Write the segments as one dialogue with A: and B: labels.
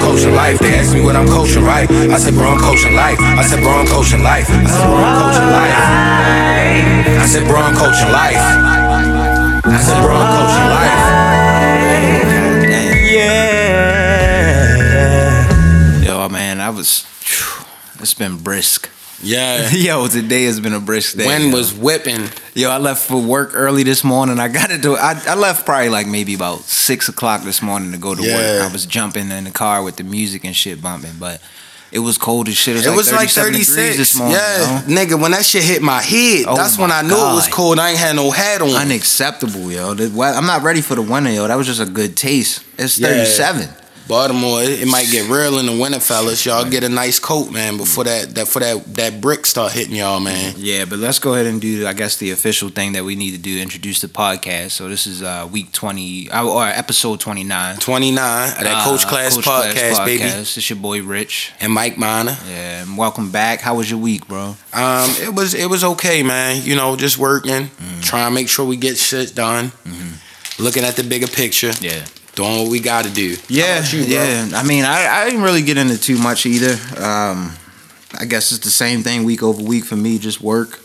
A: coaching life. They ask me what I'm coaching, right? I said, bro, I'm coaching life. I said, bro, I'm coaching life. I said, bro, I'm coaching life. I said, bro, I'm coaching life. I said, bro, I'm coaching life.
B: Yeah. Yo, man, I was. phew, It's been brisk.
C: Yeah.
B: Yo, today has been a brisk day.
C: When
B: yo.
C: was whipping?
B: Yo, I left for work early this morning. I got to do. I, I left probably like maybe about six o'clock this morning to go to
C: Yeah.
B: work. I was jumping in the car with the music and shit bumping, but it was cold as shit. It was,
C: It
B: like,
C: was like
B: 37 degrees
C: 36.
B: this morning.
C: yeah,
B: yo.
C: nigga, when that shit hit my head,
B: Oh
C: that's when
B: my
C: I knew it was
B: God.
C: cold. I ain't had no hat on.
B: unacceptable, yo. The we- I'm not ready for the winter, yo. That was just a good taste. It's
C: Yeah.
B: 37.
C: Baltimore, it, it might get real in the winter, fellas. Y'all get a nice coat, man, before that that for that that brick start hitting y'all, man.
B: Yeah, but let's go ahead and do, I guess, the official thing that we need to do introduce the podcast. So this is uh, week 20, uh, or episode 29.
C: Twenty nine at that coach
B: Uh,
C: class
B: Coach
C: podcast, baby,
B: Podcast. It's your boy Rich.
C: and Mike Minor.
B: Yeah, and welcome back. How was your week, bro?
C: Um, it was it was okay, man. You know, just working,
B: Mm.
C: trying to make sure we get shit done. Looking at the bigger picture,
B: Mm-hmm. Yeah.
C: doing what we got to do. How about you, bro?
B: yeah. I mean, I, I didn't really get into too much either. Um, I guess it's the same thing week over week for me, just work.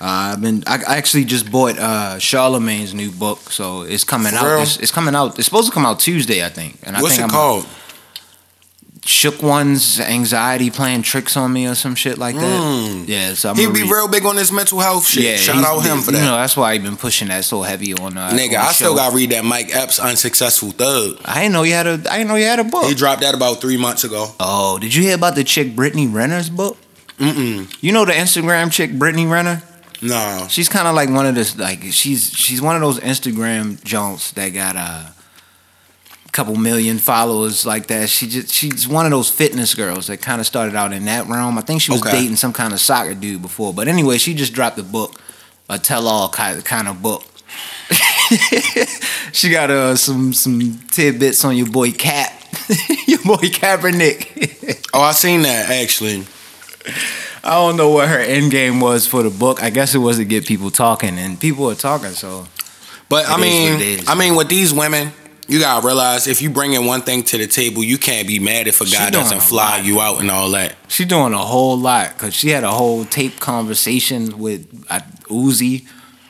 B: Uh, I've been. I I actually just bought uh, Charlemagne's new book, so it's coming
C: For
B: out.
C: real?
B: It's, it's coming out. It's supposed to come out Tuesday, I think. And I
C: What's it
B: think
C: called?
B: Shook One's anxiety playing tricks on me or some shit like that.
C: Mm.
B: Yeah, so I'm
C: He
B: gonna
C: be
B: read-
C: real big on his mental health shit. Shout
B: he's-
C: out him for that.
B: You know, that's why I've been pushing that so heavy on. Uh, on
C: Nigga,
B: the
C: I still
B: show.
C: gotta read that Mike Epps unsuccessful thug.
B: I didn't know you had a. I didn't know you had a book.
C: He dropped that about three months ago.
B: Oh, did you hear about the chick Brittany Renner's book?
C: Mm-mm.
B: You know the Instagram chick Brittany Renner?
C: No.
B: She's kind of like one of this like she's she's one of those Instagram Jones that got uh, a couple million followers like that. She just she's one of those fitness girls that kind of started out in that realm. I think she was
C: Okay.
B: dating some kind of soccer dude before, but anyway, she just dropped a book, a tell-all ki- kind of book. she got uh, some some tidbits on your boy Cap, your boy Kaepernick.
C: Oh, I seen that actually.
B: I don't know what her end game was for the book. I guess it was to get people talking, and people are talking. So
C: But
B: It
C: I
B: is
C: mean,
B: what it is.
C: I mean, with these women, you gotta realize if you bringing one thing to the table, you can't be mad if a
B: She
C: guy
B: doing
C: doesn't
B: a
C: fly
B: lot.
C: you out and all that.
B: she doing a whole lot because she had a whole tape conversation with uh, Uzi,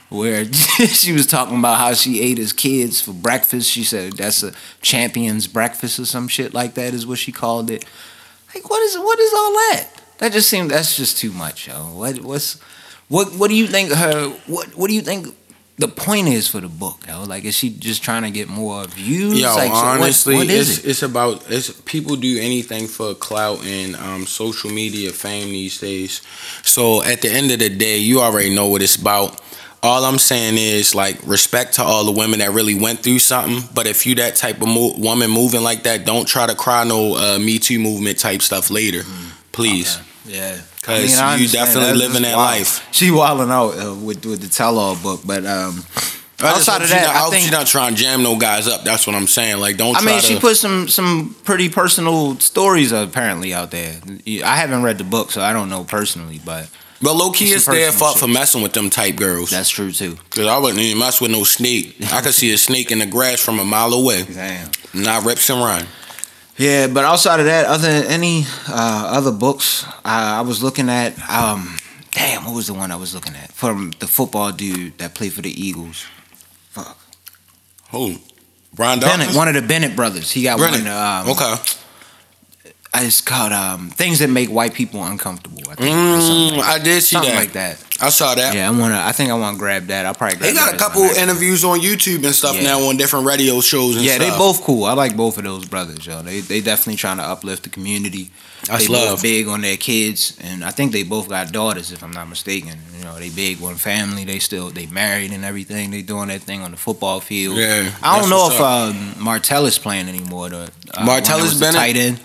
B: where she was talking about how she ate his kids for breakfast. She said that's a champion's breakfast or some shit like that is what she called it. Like what is what is all that? That just seemed that's just too much, yo. What what's what what do you think her what what do you think the point is for the book, yo? Like is she just trying to get more views?
C: Yo,
B: like, so what-
C: honestly,
B: what is
C: it's
B: it?
C: it's about it's people do anything for clout and um, social media fame these days. So at the end of the day, you already know what it's about. All I'm saying is like respect to all the women that really went through something. But if you that type of mo- woman moving like that, don't try to cry no uh, Me Too movement type stuff later, please.
B: Yeah.
C: 'Cause you
B: understand
C: definitely
B: That's
C: living
B: just
C: that
B: wild.
C: life.
B: She wilding out uh, with with the tell all book, but um,
C: I just
B: outside
C: hope
B: of
C: she
B: that,
C: not- I
B: I
C: hope
B: think
C: she not trying to jam no guys up. That's what I'm saying. Like don't.
B: I
C: try
B: mean
C: to,
B: she put some some pretty personal stories apparently out there. I haven't read the book, so I don't know personally, but
C: But low key,
B: It's
C: it's
B: some
C: their
B: personal
C: fault for
B: shit.
C: messing with them type girls.
B: that's true too.
C: Cause I wouldn't even mess with no snake. I could see a snake in the grass from a mile away.
B: Damn.
C: Not reps and run.
B: Yeah, but outside of that, other than any uh, other books, I, I was looking at. Um, damn, what was the one I was looking at from the football dude that played for the Eagles?
C: Who? Brian
B: Bennett,
C: Dawkins.
B: one of the Bennett brothers. He got
C: Brennan.
B: one. Um,
C: okay.
B: I just called um, things that make white people uncomfortable. I think, or something
C: Mm,
B: like,
C: I did see
B: something
C: that.
B: like that.
C: I saw that.
B: Yeah, I wanna. I think I want to grab that. I'll probably. Grab
C: They got
B: that
C: a
B: as my
C: couple
B: next one.
C: interviews on YouTube and stuff
B: Yeah.
C: now on different radio shows and
B: Yeah,
C: stuff.
B: they both cool. I like both of those brothers, yo. They they definitely trying to uplift the community.
C: That's
B: they both
C: love.
B: big on their kids, and I think they both got daughters, if I'm not mistaken. You know, they big on family. They still they married and everything. They doing their thing on the football field.
C: Yeah,
B: I
C: that's
B: don't know
C: what's
B: if um, Martellus playing anymore. The, uh, one that
C: Martellus
B: was the
C: Bennett?
B: tight end.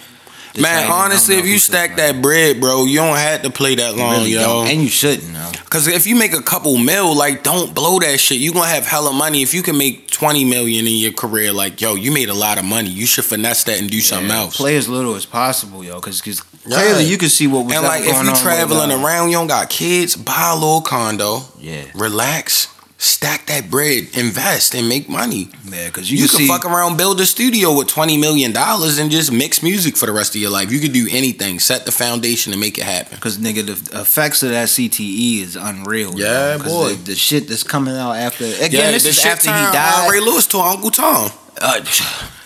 B: The tight
C: Man,
B: end. I don't
C: honestly,
B: know
C: if you
B: he's still
C: stack
B: playing.
C: that bread, bro, you don't have to play that
B: You
C: long,
B: really
C: yo.
B: don't. and you shouldn't. Yo.
C: Cause if you make a couple mil, like don't blow that shit. You gonna have hella money. If you can make twenty million in your career, like yo, you made a lot of money. You should finesse that and do something
B: Yeah,
C: else.
B: Play as little as possible, yo, because
C: Yeah.
B: clearly you can see what was
C: and like if
B: going
C: you
B: on with,
C: traveling
B: uh,
C: around, you don't got kids, buy a little condo,
B: Yeah,
C: relax, stack that bread, invest, and make money.
B: Yeah, because
C: You,
B: you,
C: can
B: see,
C: fuck around, build a studio with twenty million dollars, and just mix music for the rest of your life. You could do anything. Set the foundation and make it happen.
B: Because nigga, the effects of that CTE is unreal.
C: Yeah,
B: dog. 'Cause
C: boy.
B: The, the shit that's coming out after again,
C: Yeah,
B: this,
C: this
B: is
C: shit
B: after he
C: turned, uh, Ray
B: died.
C: Lewis to Uncle Tom.
B: Uh,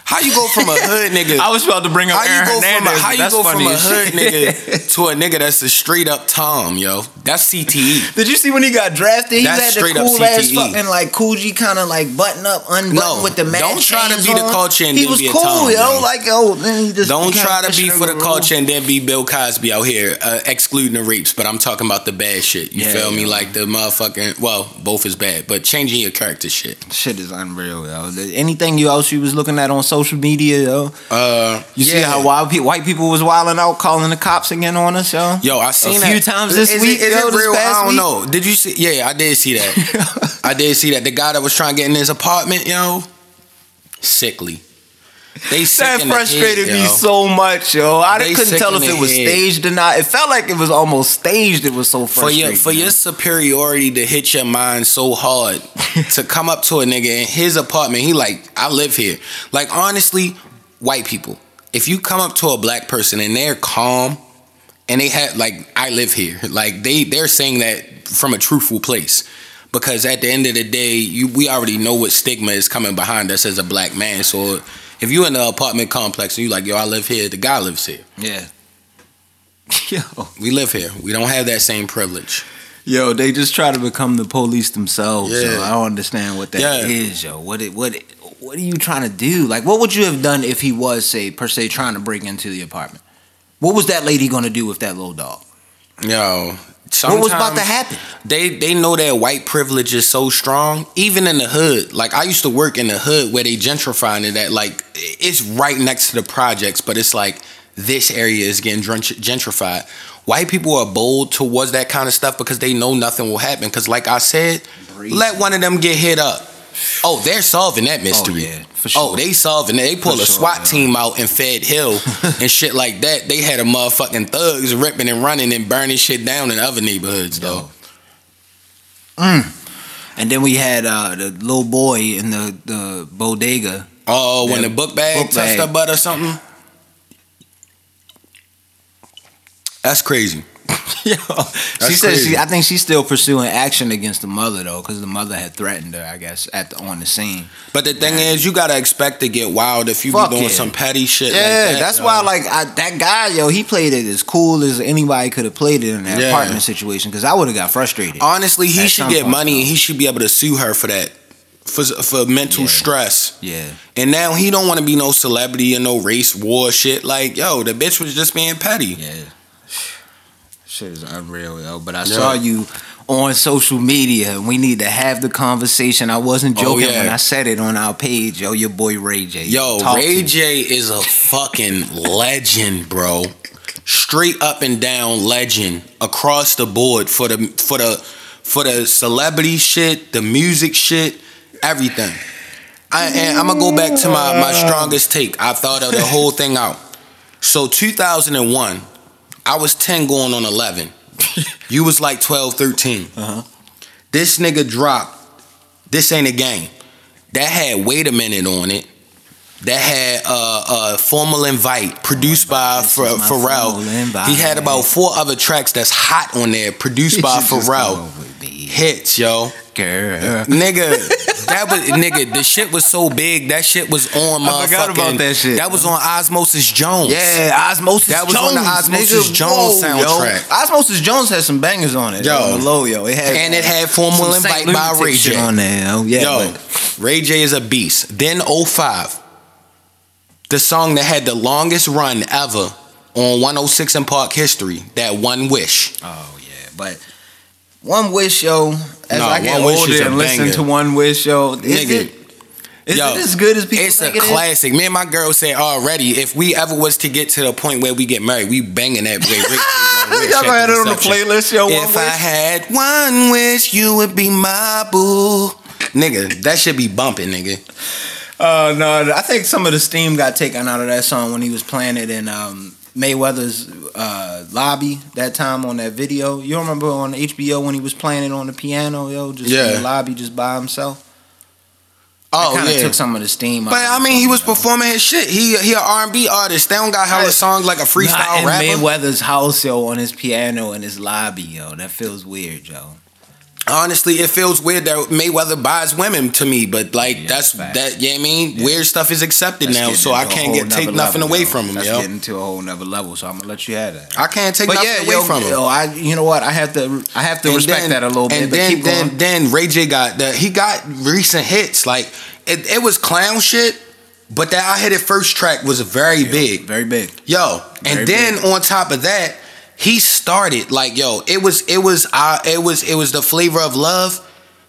C: How you go from a hood nigga?
B: I was about to bring up
C: how
B: Aaron
C: you go from a,
B: Hernandez.
C: how you
B: That's
C: go from
B: funny
C: a
B: as
C: hood
B: shit.
C: nigga to a nigga that's a straight up Tom, yo? That's E. CTE.
B: Did you see when he got drafted? He
C: That's
B: had the
C: straight up
B: cool ass
C: CTE.
B: fucking like Coogee kind of like button up, unbutton
C: No,
B: with the match.
C: don't try to
B: chains
C: be the
B: on.
C: culture and
B: he
C: then
B: was
C: be a
B: cool,
C: Tom,
B: yo.
C: yo.
B: Like yo, then he just
C: Don't
B: became
C: try to be for the
B: Christian
C: culture and then be Bill Cosby out here uh, excluding the rapes. But I'm talking about the bad shit. You
B: Yeah,
C: feel me?
B: yeah.
C: Like the motherfucking well, both is bad, but changing your character shit.
B: Shit is unreal, yo. Anything you else you was looking at on social media, yo.
C: Uh,
B: You see
C: yeah.
B: how wild pe- white people was wilding out, calling the cops again on us, yo.
C: Yo, I seen
B: few
C: that.
B: times this week,
C: It, is
B: yo,
C: it
B: this
C: real?
B: past
C: I don't
B: week.
C: know. Did you see? Yeah, I did see that. I did see that. The guy that was trying to get in his apartment, yo, sickly. They sick
B: That
C: in the head,
B: frustrated me
C: yo.
B: so much, yo. I
C: They
B: couldn't
C: sick
B: tell
C: in
B: if
C: the
B: it was
C: head.
B: staged or not. It felt like it was almost staged. It was so
C: for your
B: frustrating.
C: for your superiority to hit your mind so hard to come up to a nigga in his apartment. He like, I live here. Like honestly, white people, if you come up to a black person and they're calm and they have like, I live here. Like they they're saying that from a truthful place. Because at the end of the day, you we already know what stigma is coming behind us as a black man. So if you in the apartment complex and you like, yo, I live here, the guy lives here.
B: yeah. Yo,
C: We live here. We don't have that same privilege.
B: yo, they just try to become the police themselves.
C: Yeah.
B: Yo. I don't understand what that
C: Yeah.
B: is, yo. What it, what, it, what are you trying to do? Like, what would you have done if he was, say, per se, trying to break into the apartment? What was that lady gonna do with that little dog?
C: Yo.
B: What was about to
C: sometimes-
B: happen?
C: they they know that white privilege is so strong even in the hood like i used to work in the hood where they gentrifying it at like it's right next to the projects but it's like this area is getting gentr- gentrified white people are bold towards that kind of stuff because they know nothing will happen because like i said
B: Breeze.
C: let one of them get hit up oh they're solving that mystery
B: yeah, for sure.
C: oh they solving that they pull
B: For
C: a
B: sure,
C: swat
B: yeah.
C: team out in fed hill and shit like that they had a motherfucking thugs ripping and running and burning shit down in other neighborhoods though
B: And then we had uh, the little boy in the, the bodega.
C: Oh, when
B: Yeah,
C: the book bag
B: book
C: touched
B: bag.
C: her butt or something. That's crazy.
B: Yo, she said
C: crazy.
B: she. I think she's still pursuing action against the mother though, because the mother had threatened her. I guess at the, on the scene.
C: But the thing is, you gotta expect to get wild if you
B: Fuck
C: be doing
B: yeah.
C: some petty shit. like
B: Yeah,
C: that,
B: that's
C: yo.
B: why. Like I, that guy, yo, he played it as cool as anybody could have played it in that
C: Yeah.
B: apartment situation. Because I would have got frustrated.
C: Honestly, he
B: At
C: should
B: some
C: get
B: point,
C: money
B: though.
C: and he should be able to sue her for that, for for mental
B: Yeah.
C: stress.
B: yeah,
C: And now he don't want to be no celebrity or no race war shit. Like, yo, the bitch was just being petty.
B: yeah. Shit is unreal, yo. But I
C: Yeah.
B: saw you on social media, and we need to have the conversation. I wasn't
C: Oh,
B: joking
C: yeah.
B: when I said it on our page, yo. Your boy Ray J.
C: Yo,
B: Talk to
C: Ray
B: me.
C: J is a fucking legend, bro. Straight up and down legend across the board for the for the for the celebrity shit, the music shit, everything. I, and I'm gonna go back to my my strongest take. I thought of the whole thing out. So 2001, I was 10 going on 11. You was like 12, 13.
B: Uh-huh.
C: This nigga dropped. This ain't a game. That had wait a minute on it. That had uh, a formal invite produced by
B: This is
C: Ph-
B: my
C: Pharrell.
B: formal invite.
C: He had about four other tracks that's hot on there, produced by
B: She just
C: Pharrell.
B: come with me.
C: Hits, yo,
B: Girl.
C: nigga. That was nigga. The shit was so big. That shit was on my.
B: I forgot about that shit,
C: That was
B: yo.
C: on Osmosis Jones.
B: Yeah, Osmosis
C: That was
B: Jones,
C: on the Osmosis
B: nigga.
C: Jones
B: Whoa,
C: soundtrack.
B: Yo. Osmosis Jones had some bangers on it.
C: Yo.
B: Yo, on the low, yo. It had
C: And it had formal
B: some
C: invite
B: Saint
C: by
B: Lunatic
C: Ray
B: shit
C: J.
B: on there. yo. Yeah,
C: Yo,
B: but-
C: Ray J is a beast. Then 05, the song that had the longest run ever on 106 in Park history, that One Wish.
B: oh yeah, but one wish, yo. As
C: Nah,
B: I get
C: One Wish is
B: older
C: a
B: and listen
C: banger.
B: to one wish, yo, is
C: Nigga.
B: it is
C: Yo,
B: it as good as people
C: It's a
B: think it is?
C: classic. Me and my girl said already, if we ever was to get to the point where we get married, we banging that Ray Ray J One Wish
B: Y'all gonna
C: at
B: have
C: the
B: it on the
C: reception.
B: playlist, yo.
C: if
B: one
C: I
B: wish.
C: had one wish, you would be my boo. Nigga, that should be bumping, nigga.
B: Uh no, I think some of the steam got taken out of that song when he was playing it in um Mayweather's uh, lobby that time on that video. You remember on HBO when he was playing it on the piano, yo, just in
C: Yeah.
B: the lobby just by himself.
C: Oh
B: kind of
C: yeah.
B: took some of the steam. out
C: but
B: of
C: I
B: it.
C: mean, he was performing his shit. He he an R and B artist. They don't got hella
B: Right.
C: songs like a
B: Not
C: freestyle
B: in
C: rapper.
B: Mayweather's house, yo, on his piano in his lobby, yo. That feels weird, yo.
C: Honestly, it feels weird that Mayweather buys women to me, but like that's
B: facts.
C: that. Yeah, I mean, weird stuff is accepted
B: That's
C: now,
B: getting
C: so I
B: into a
C: can't
B: whole
C: get take
B: nother
C: nothing
B: level,
C: away
B: yo.
C: from him,
B: That's
C: yo.
B: getting to a whole nother level, so I'm gonna let you have that.
C: I can't take
B: But
C: nothing
B: yeah,
C: away
B: yo,
C: from him.
B: yo, I, you know what? I have to, I have to
C: And
B: respect
C: then-
B: that a little bit.
C: And
B: but
C: then
B: keep
C: then
B: going.
C: then Ray J got that. He got recent hits. Like it, it was clown shit, but that I hit it first track was very big.
B: very big.
C: Yo, and
B: Very
C: then on top of that, he started like yo. It was it was uh, it was it was the flavor of love.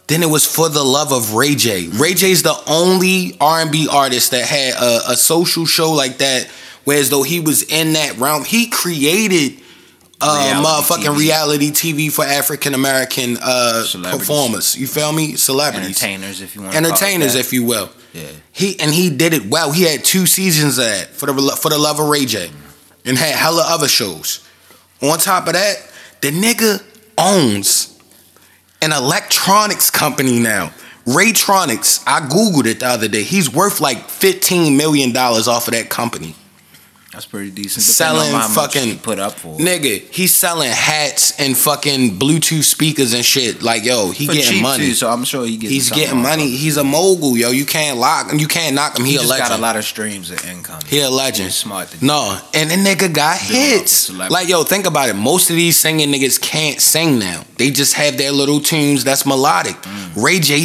C: Then it was for the love of Ray J. Ray J's the only R and B artist that had a, a social show like that. Whereas though he was in that realm, he created uh,
B: Reality
C: motherfucking
B: TV.
C: reality TV for African American uh,
B: Celebrities.
C: performers. You feel me? Celebrities,
B: Entertainers, if you want.
C: entertainers,
B: call it
C: if you will.
B: that. yeah.
C: He and he did it well. He had two seasons of that for the for the love of Ray J, and had hella other shows. On top of that, the nigga owns an electronics company now. Raytronics. I googled it the other day. He's worth like fifteen million dollars off of that company.
B: That's pretty decent.
C: Selling
B: Selling on how fucking
C: fucking-
B: much he put up for. it.
C: Nigga, he's selling hats and fucking Bluetooth speakers and shit. Like yo, he
B: For
C: getting
B: cheap,
C: money.
B: too, so I'm sure he gets.
C: He's
B: something
C: getting
B: off
C: money.
B: of it.
C: He's a mogul, yo. You can't lock him. You can't knock him. He,
B: He
C: a
B: just
C: legend.
B: got a lot of streams of income.
C: He a legend.
B: He's smart. To
C: No, and the nigga got hits.
B: celebrity.
C: Like yo, think about it. Most of these singing niggas can't sing now. They just have their little tunes that's melodic.
B: Mm.
C: Ray J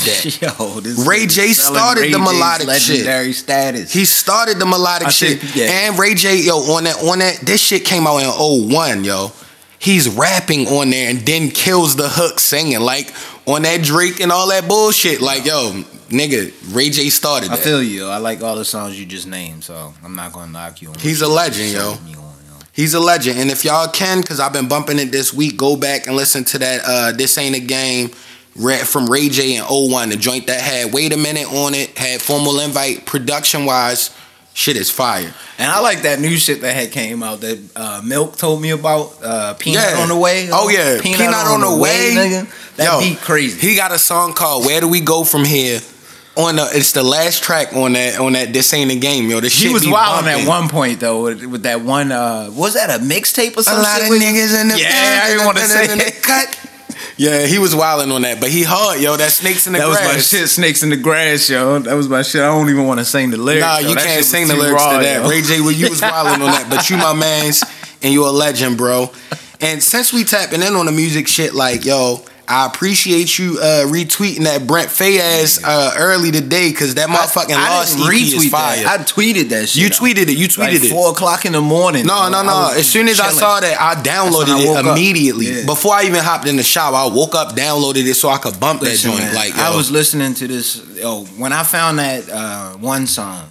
C: that.
B: Yo, this
C: Ray
B: nigga's
C: J
B: selling
C: started
B: Ray
C: the
B: J's
C: melodic shit.
B: legendary status.
C: he started the melodic
B: I
C: shit.
B: think- yeah.
C: And Ray J, yo, on that, on that, this shit came out in 01, yo. He's rapping on there and then kills the hook singing like on that Drake and all that bullshit. Like yo, nigga, Ray J started
B: I
C: that.
B: feel you. I like all the songs you just named, so I'm not gonna knock you on. what
C: He's a
B: you
C: legend,
B: said
C: yo.
B: me on, yo.
C: He's a legend, and if y'all can, because I've been bumping it this week, go back and listen to that. Uh, this ain't a game ra- from Ray J and 01, the joint that had wait a minute on it, had formal invite. Production wise, shit is fire.
B: And I like that new shit that had came out that uh, Milk told me about. Uh, Peanut
C: Yeah.
B: on the way.
C: Oh, yeah.
B: Peanut, on, the way. nigga. That
C: Yo,
B: beat crazy.
C: He got a song called "Where Do We Go From Here." On the it's the last track on that on that this ain't a game, yo. This
B: He
C: shit
B: was
C: be
B: wild
C: bumping.
B: at one point though with, with that one. Uh, was that a mixtape or
C: A
B: something?
C: lot of niggas in the
B: Yeah, I didn't wanna say it.
C: cut. Yeah, he was wilding on that, but he hard, yo. That snakes in the
B: that was
C: grass.
B: my shit. Snakes in the grass, yo. That was my shit. I don't even want to sing the lyrics.
C: Nah,
B: yo.
C: you
B: That shit
C: can't
B: was
C: sing the
B: too
C: lyrics
B: raw,
C: to that.
B: yo.
C: Ray J, well, you was wilding on that, but you my man's and you a legend, bro. And since we tapping in on the music shit, like yo, I appreciate you uh, retweeting that Brent Faye ass uh, early today because that motherfucking
B: I, I
C: lost
B: didn't
C: EP is
B: retweet
C: fire.
B: that. I tweeted that shit.
C: you
B: out.
C: tweeted it. You tweeted
B: like
C: it.
B: four o'clock in the morning.
C: No,
B: yo.
C: no,
B: I
C: no.
B: was
C: As soon as I
B: chilling.
C: saw that, I downloaded
B: That's when I
C: it
B: woke up.
C: immediately.
B: Yeah.
C: Before I even hopped in the shower, I woke up, downloaded it so I could bump
B: Listen,
C: that joint.
B: man,
C: Like yo,
B: I was listening to this. Yo, when I found that uh, one song,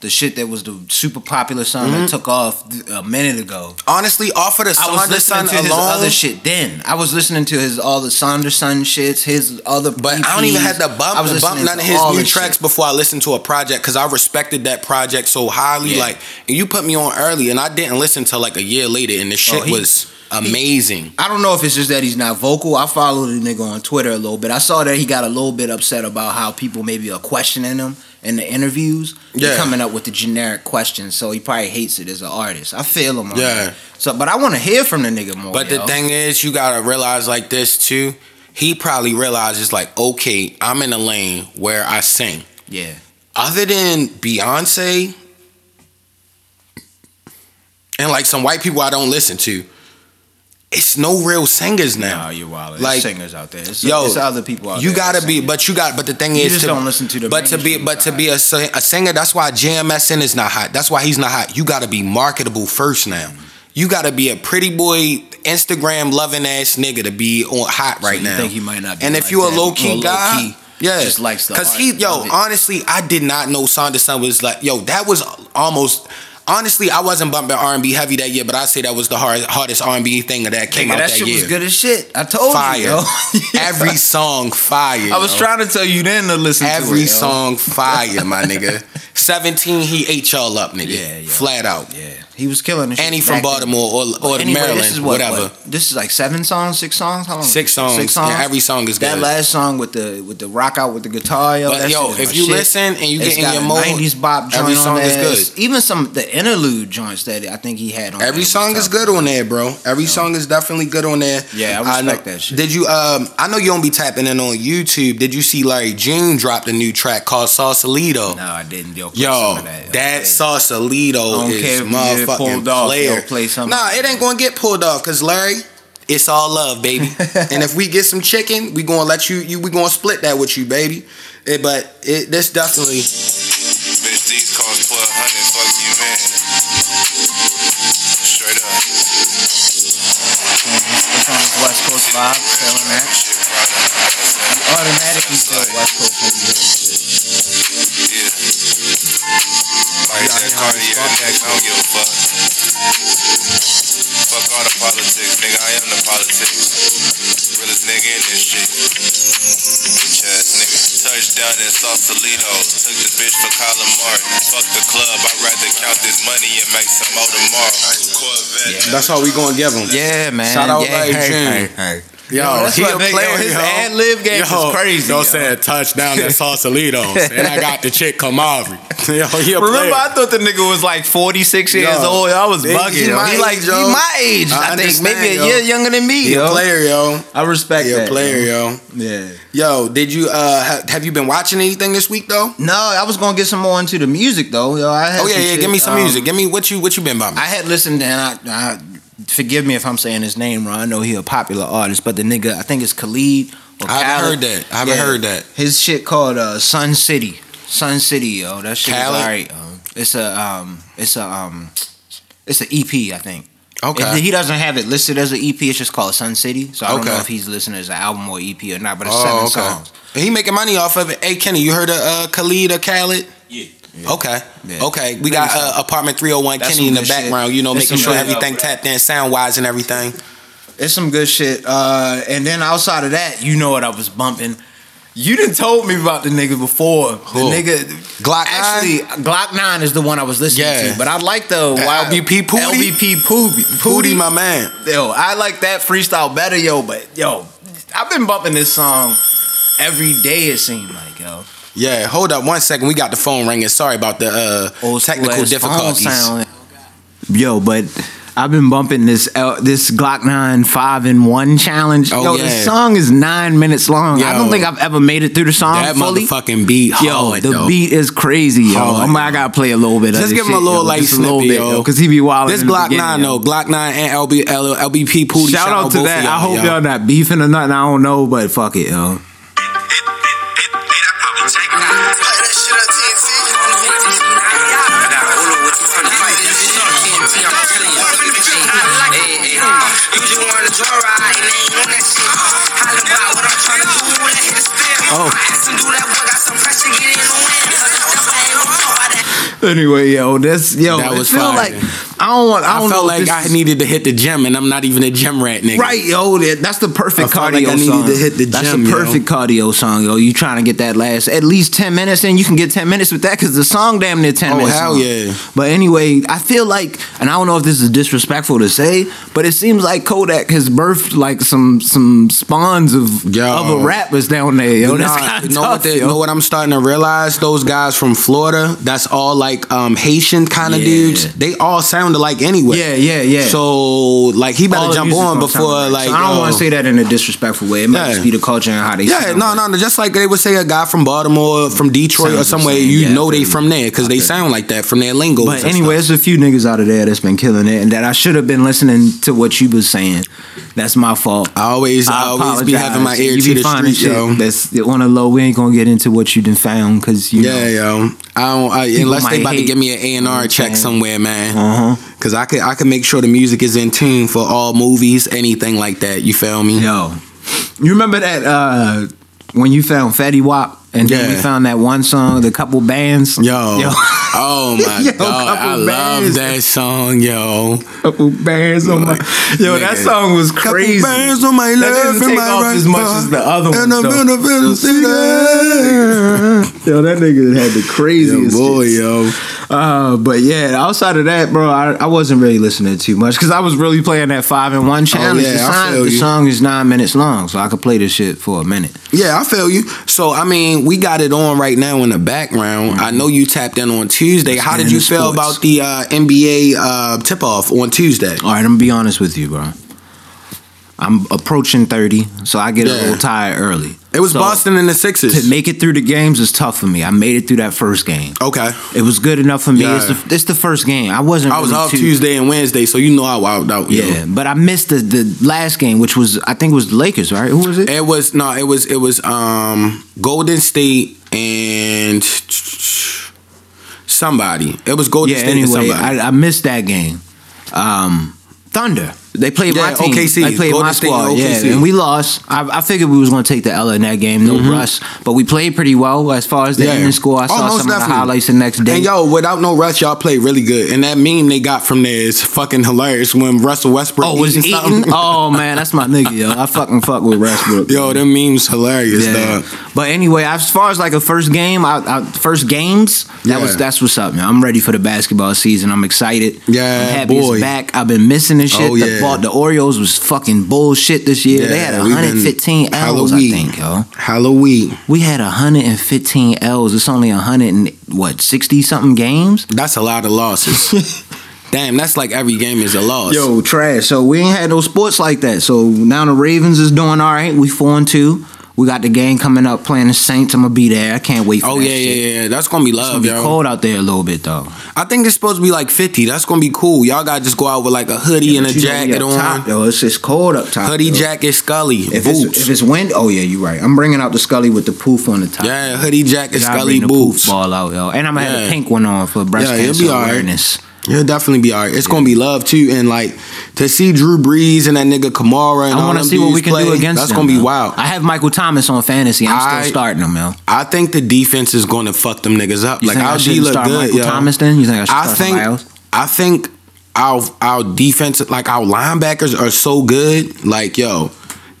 B: the shit that was the super popular song
C: Mm-hmm.
B: that took off th- a minute ago.
C: honestly off of the
B: I was
C: Saunders
B: listening
C: Son
B: to his
C: alone.
B: other shit then. I was listening to his all the Saunderson shits, his other. E
C: But I don't even have to
B: the
C: bump, bump none of his new tracks before I listened to a project because I respected that project so highly.
B: Yeah.
C: Like, and you put me on early, and I didn't listen till like a year later, and the shit
B: Oh, he-
C: was amazing.
B: I don't know if it's just that he's not vocal. I followed the nigga on Twitter a little bit. I saw that he got a little bit upset about how people maybe are questioning him in the interviews. They're
C: Yeah.
B: coming up with the generic questions, so he probably hates it as an artist. I feel him. On
C: Yeah.
B: that. So, but I want to hear from the nigga more.
C: But
B: yo.
C: the thing is, you gotta realize like this too. He probably realizes like, okay, I'm in a lane where I sing.
B: yeah,
C: Other than Beyonce and like some white people I don't listen to, it's no real singers now.
B: no, you're wild.
C: like-
B: Like singers out there. It's,
C: Yo,
B: it's other people out
C: you
B: there
C: gotta
B: that
C: be,
B: sing.
C: but you got. But the thing
B: You
C: is,
B: just don't listen to the
C: But to be,
B: mainstream
C: but to
B: side.
C: be a, sing- a singer, that's why JMSN is not hot. That's why he's not hot. You gotta be marketable first now.
B: Mm-hmm.
C: You gotta be a pretty boy, Instagram loving ass nigga to be on hot
B: So
C: right
B: you
C: now.
B: think he might not be
C: and if
B: like
C: you a
B: that,
C: low key
B: more
C: guy,
B: low-key,
C: yeah,
B: just likes the
C: because he,
B: art
C: yo,
B: of it.
C: honestly, I did not know Saunderson was like, yo, that was almost. Honestly, I wasn't bumping R and B heavy that year, but I say that was the hard, hardest R and B thing that came
B: Nigga, that
C: out that,
B: shit
C: year.
B: was good as shit. I told
C: Fire.
B: you, yo.
C: Every song fire.
B: I was
C: yo.
B: trying to tell you then to listen to
C: Every
B: it, yo.
C: song fire, my nigga. 17, he ate y'all up, nigga.
B: Yeah, yeah.
C: Flat out.
B: Yeah, he was killing. the shit
C: And he from
B: back then.
C: Baltimore or, or
B: Anyway,
C: Maryland,
B: this is what-
C: whatever.
B: what- this is like seven songs, six songs. How long?
C: Six songs. Yeah, every song is
B: that
C: good.
B: last song with the with the rock out with the guitar. Yo,
C: But
B: that
C: yo,
B: shit is
C: if
B: my
C: you
B: shit.
C: listen and you
B: It's
C: get in
B: got
C: your
B: a
C: mode,
B: 90s bop joint
C: every
B: on
C: song
B: there.
C: is good.
B: Even some the interlude joints that I think he had on. there
C: Every
B: was
C: song is
B: tough.
C: good on there, bro. Every song is definitely good on there.
B: Yeah, I respect
C: know-
B: that shit.
C: Did you? Um, I know you don't be tapping in on YouTube. Did you see Larry June dropped a new track called Sausalito?
B: No, I didn't. Yo, play
C: Yo,
B: some of
C: that,
B: that,
C: Sausalito
B: Don't
C: is
B: care if you get
C: motherfucking
B: pulled off,
C: player.
B: yo, play something.
C: Nah, it ain't gonna get pulled off because Larry, it's all love, baby. and if we get some chicken, we gonna let you. You we gonna split that with you, baby. Eh, but it, this definitely.
D: Bitch, these cost 1200 Fuck you, man. Straight up.
B: It's on his West Coast vibe, feeling that.
D: Shit, right up.
B: You automatically feel West Coast when you hear this shit.
D: Yeah. Like
C: Yeah, I
D: that
C: can already
D: cardio,
C: fuck that
D: nigga. I don't give a fuck. Fuck all the politics, nigga. I am the politics. Realest nigga in this shit. Bitch ass nigga. Touchdown in Sausalito. Took the bitch for Colin Martin. Fuck the club. I'd rather count this money and make some more tomorrow. Corvette.
C: That's all we gonna give him.
B: Yeah, man.
C: Shout out
B: yeah,
C: Larry
B: hey,
C: June.
B: hey, hey. Yo,
C: Yo,
B: that's
C: he
B: what
C: a
B: they- yo,
C: player.
B: his
C: yo.
B: ad-lib game is crazy,
C: Yo,
B: yo.
C: said touchdown at Sausalitos, and I got the chick Kamari. Yo, he a
B: Remember,
C: player.
B: I thought the nigga was like 46
C: Yo,
B: years old. I was
C: he- he
B: bugging. He,
C: my
B: he like
C: age,
B: he
C: yo.
B: my age.
C: I
B: I, think
C: understand,
B: maybe a
C: yo.
B: year younger than me.
C: He a
B: yo.
C: player, yo.
B: I respect
C: He a
B: that.
C: player,
B: yo.
C: yo.
B: Yeah.
C: Yo, did you uh ha- have you been watching anything this week though?
B: No, I was gonna get some more into the music though. Yo, I had
C: Oh yeah,
B: some
C: yeah.
B: shit,
C: Give me some
B: um,
C: music. Give me what you what you been bumming.
B: I had listened and I, I forgive me if I'm saying his name wrong. I know he a popular artist, but the nigga I think it's Khalid. Or
C: I haven't
B: Khaled.
C: heard that. I haven't
B: Yeah.
C: heard that.
B: His shit called uh, Sun City. Sun City, yo. That shit
C: Khaled?
B: is alright. yo. It's a um, it's a um, it's an EP, I think. It-
C: Okay.
B: he doesn't have it listed as an EP. It's just called Sun City. So I don't
C: Okay.
B: know if he's listening as an album or EP or not. But it's
C: Oh,
B: seven
C: okay.
B: songs.
C: He making money off of it. Hey Kenny, you heard of uh, Khalid or Khaled? Yeah. Okay.
B: Yeah.
C: Okay. We
B: Maybe
C: got
B: so.
C: uh, apartment 301
B: That's
C: Kenny
B: some
C: in the
B: good shit.
C: background, you know,
B: That's
C: making
B: some
C: sure
B: good-
C: everything tapped in sound wise and everything.
B: It's some good shit. Uh, and then outside of that, you know what I was bumping. You didn't told me about the nigga before.
C: Who?
B: The nigga
C: Glock
B: Actually, Glock Nine is the one I was listening
C: Yeah.
B: to. But I like the
C: LBP Pootie?
B: LBP Pootie.
C: Pootie, my man.
B: yo, I like that freestyle better, yo. But yo, I've been bumping this song every day. It seemed like yo.
C: Yeah, hold up one second. We got the phone ringing. Sorry about the uh,
B: Old school
C: technical
B: ass phone
C: difficulties.
B: sound. Yo, but I've been bumping this L, this Glock 9 5 and 1 challenge.
C: Oh,
B: yo,
C: yeah.
B: this song is 9 minutes long. I
C: Yo.
B: don't think I've ever made it through the song
C: That
B: fully.
C: motherfucking beat.
B: Yo,
C: hard,
B: the
C: though.
B: beat is crazy, yo.
C: Hard,
B: I'm, I gotta play a little bit of
C: Just
B: this
C: give him a
B: shit,
C: little
B: yo.
C: light
B: Just a little
C: snippet,
B: bit,
C: yo.
B: yo, because he be wild.
C: This Glock 9, though. Glock 9 and LB, L, LBP Pootie.
B: Shout, out to
C: both
B: that.
C: of
B: I hope
C: yo.
B: y'all. not beefing or nothing. I don't know, but fuck it, yo.
C: Oh.
A: Oh.
B: Anyway, yo, this yo, that
C: That was
B: was feel
C: fire.
B: like I don't want. I
C: I,
B: don't know.
C: felt
B: if
C: like
B: this
C: I
B: is-
C: needed to hit the gym, and I'm not even a gym rat, nigga.
B: Right, yo, that, that's the
C: I
B: perfect
C: felt like
B: cardio
C: I needed
B: song.
C: to hit the
B: that's
C: gym,
B: the
C: yo.
B: perfect cardio song, yo. You trying to get that last at least ten minutes, and you can get ten minutes with that because the song damn near ten
C: Oh,
B: minutes.
C: hell
B: long.
C: yeah.
B: But anyway, I feel like, and I don't know if this is disrespectful to say, but it seems like Kodak has birthed like some some spawns of
C: Yo.
B: other rappers down there. Yo, that's
C: Nah,
B: kind of
C: know
B: tough.
C: what they,
B: yo.
C: know what I'm starting to realize? Those guys from Florida, that's all like um, Haitian kind of
B: Yeah.
C: dudes. They all sounded like anyway.
B: yeah, yeah, yeah.
C: So like he better
B: All the
C: jump
B: music's
C: on
B: gonna sound
C: before
B: right.
C: like
B: So I don't
C: yo.
B: want to say that in a disrespectful way. It might
C: Yeah.
B: just be the culture and how they.
C: Yeah,
B: sound,
C: no,
B: but-
C: no, no. Just like they would say a guy from Baltimore, from Detroit, or
B: Sounds the
C: somewhere,
B: same.
C: you
B: Yeah, I
C: know
B: feel
C: they
B: you.
C: from there because they
B: I feel
C: sound like that from their lingo.
B: But anyway, there's a few niggas out of there that's been killing it, and that I should have been listening to what you was saying. That's my fault.
C: I always,
B: I
C: I, always be
B: apologize.
C: having my ear
B: You
C: to
B: be
C: the
B: finding
C: street,
B: shit
C: yo.
B: That's on a low. We ain't gonna get into what you done found because you
C: Yeah,
B: know.
C: yo. I don't. I, unless
B: might
C: they about to
B: hate.
C: give me an A and R check
B: saying?
C: somewhere, man.
B: Uh huh.
C: Cause I could, I could make sure the music is in tune for all movies, anything like that. You feel me?
B: Yo, you remember that uh when you found Fatty Wap and then we
C: Yeah.
B: found that one song, the couple bands.
C: Yo.
B: Yo.
C: Oh my
B: Yo,
C: god. I
B: couple
C: love
B: bands.
C: that song, yo.
B: couple bands on my. Yo, that
C: Nigga.
B: song was crazy.
C: Couple bands on my
B: That
C: left
B: doesn't
C: and
B: take
C: my
B: off
C: right
B: as much
C: thigh.
B: as the other
C: And
B: ones,
C: I'm
B: though.
C: in a middle city.
B: Yo, that nigga had the
C: Yo,
B: craziest.
C: boy,
B: shit.
C: yo.
B: Uh, but yeah, outside of that, bro, I, I wasn't really listening too much because I was really playing that five and one challenge.
C: Oh, yeah,
B: the,
C: I
B: song,
C: feel
B: the
C: you.
B: song is nine minutes long, so I could play this shit for a minute.
C: Yeah, I feel you. So I mean, we got it on right now in the background. I
B: Mm-hmm.
C: know you tapped in on Tuesday. How
B: get
C: did you
B: into
C: feel
B: sports.
C: about the uh, NBA uh, tip off on Tuesday?
B: All right, I'm gonna be honest with you, bro. I'm approaching thirty, so I get a
C: Yeah.
B: little tired early.
C: It was
B: So,
C: Boston and the Sixers.
B: To make it through the games is tough for me. I made it through that first game.
C: okay,
B: It was good enough for me.
C: Yeah.
B: It's, the, it's the first game. I wasn't.
C: I was
B: really
C: off
B: too-
C: Tuesday and Wednesday, so you know I wowed out. yo.
B: Yeah, but I missed the, the last game, which was I think it was the Lakers, right? Who was it?
C: It was no, it was it was um Golden State and somebody. It was Golden
B: yeah.
C: State and
B: Anyway,
C: somebody.
B: I, I missed that game. Um, Thunder. They played my
C: Yeah,
B: team.
C: OKC.
B: They played my
C: Golden State and
B: squad.
C: OKC.
B: Yeah, and we lost. I, I figured we was going to take the L in that game, no rush. But we played pretty well as far as the
C: Mm-hmm. Yeah.
B: ending score. I
C: Oh,
B: saw
C: most
B: some of the
C: definitely.
B: highlights the next day.
C: And yo, without no rush, y'all play really good. And that meme they got from there is fucking hilarious. When Russell Westbrook
B: oh, was
C: eating
B: eating?
C: something.
B: Oh man, that's my nigga. Yo, I fucking fuck with Westbrook.
C: Yo, them memes hilarious,
B: Yeah.
C: dog.
B: But anyway, as far as like a first game, I, I, first games, that
C: Yeah.
B: was that's what's up, man. I'm ready for the basketball season. I'm excited.
C: Yeah,
B: I'm happy
C: boy.
B: it's back. I've been missing this shit.
C: Oh,
B: the,
C: yeah.
B: ball- the Orioles was fucking bullshit this year. they had
C: Yeah, we've been-
B: 115 L's, I
C: Halloween.
B: think, yo.
C: Halloween.
B: We had 115 L's. It's only 100 and what 60 something games.
C: That's a lot of losses. Damn, that's like every game is a loss.
B: Yo, trash. So we ain't had no sports like that. So now the Ravens is doing all right. We four and two. We got the game coming up playing the Saints. I'm gonna be there. I can't wait. for
C: oh
B: that
C: yeah,
B: shit.
C: yeah, yeah. That's gonna be
B: It's
C: love,
B: gonna be
C: yo.
B: cold out there a little bit though.
C: I think it's supposed to be like fifty. That's gonna be cool. Y'all gotta just go out with like a hoodie and a
B: But you know we
C: jacket
B: up
C: on.
B: top, though. It's just cold up top.
C: Hoodie,
B: though.
C: jacket, Scully,
B: If it's,
C: boots.
B: if it's wind, oh yeah, you're right. I'm bringing out the Scully with the poof on the top.
C: yeah, hoodie, jacket,
B: Gotta
C: Scully,
B: bring the poof
C: boots.
B: ball out, yo. And I'm gonna have
C: Yeah.
B: a pink one on for breast
C: Yeah, you'll
B: cancer
C: be all right.
B: awareness.
C: He'll definitely be all right. It's gonna be love too, and like to see Drew Brees and that nigga Kamara. And
B: I
C: want to
B: see what we can
C: play,
B: do against
C: That's
B: them,
C: gonna be
B: yo.
C: wild.
B: I have Michael Thomas on fantasy. I'm
C: I-
B: still starting him, yo.
C: I think the defense is going to fuck them niggas up.
B: You
C: like
B: think I
C: our D
B: shouldn't
C: look
B: start
C: good,
B: Michael
C: yo.
B: Thomas then? You think I should
C: I
B: start
C: think
B: somebody else?
C: I think our our defense, like our linebackers, are so good. Like yo,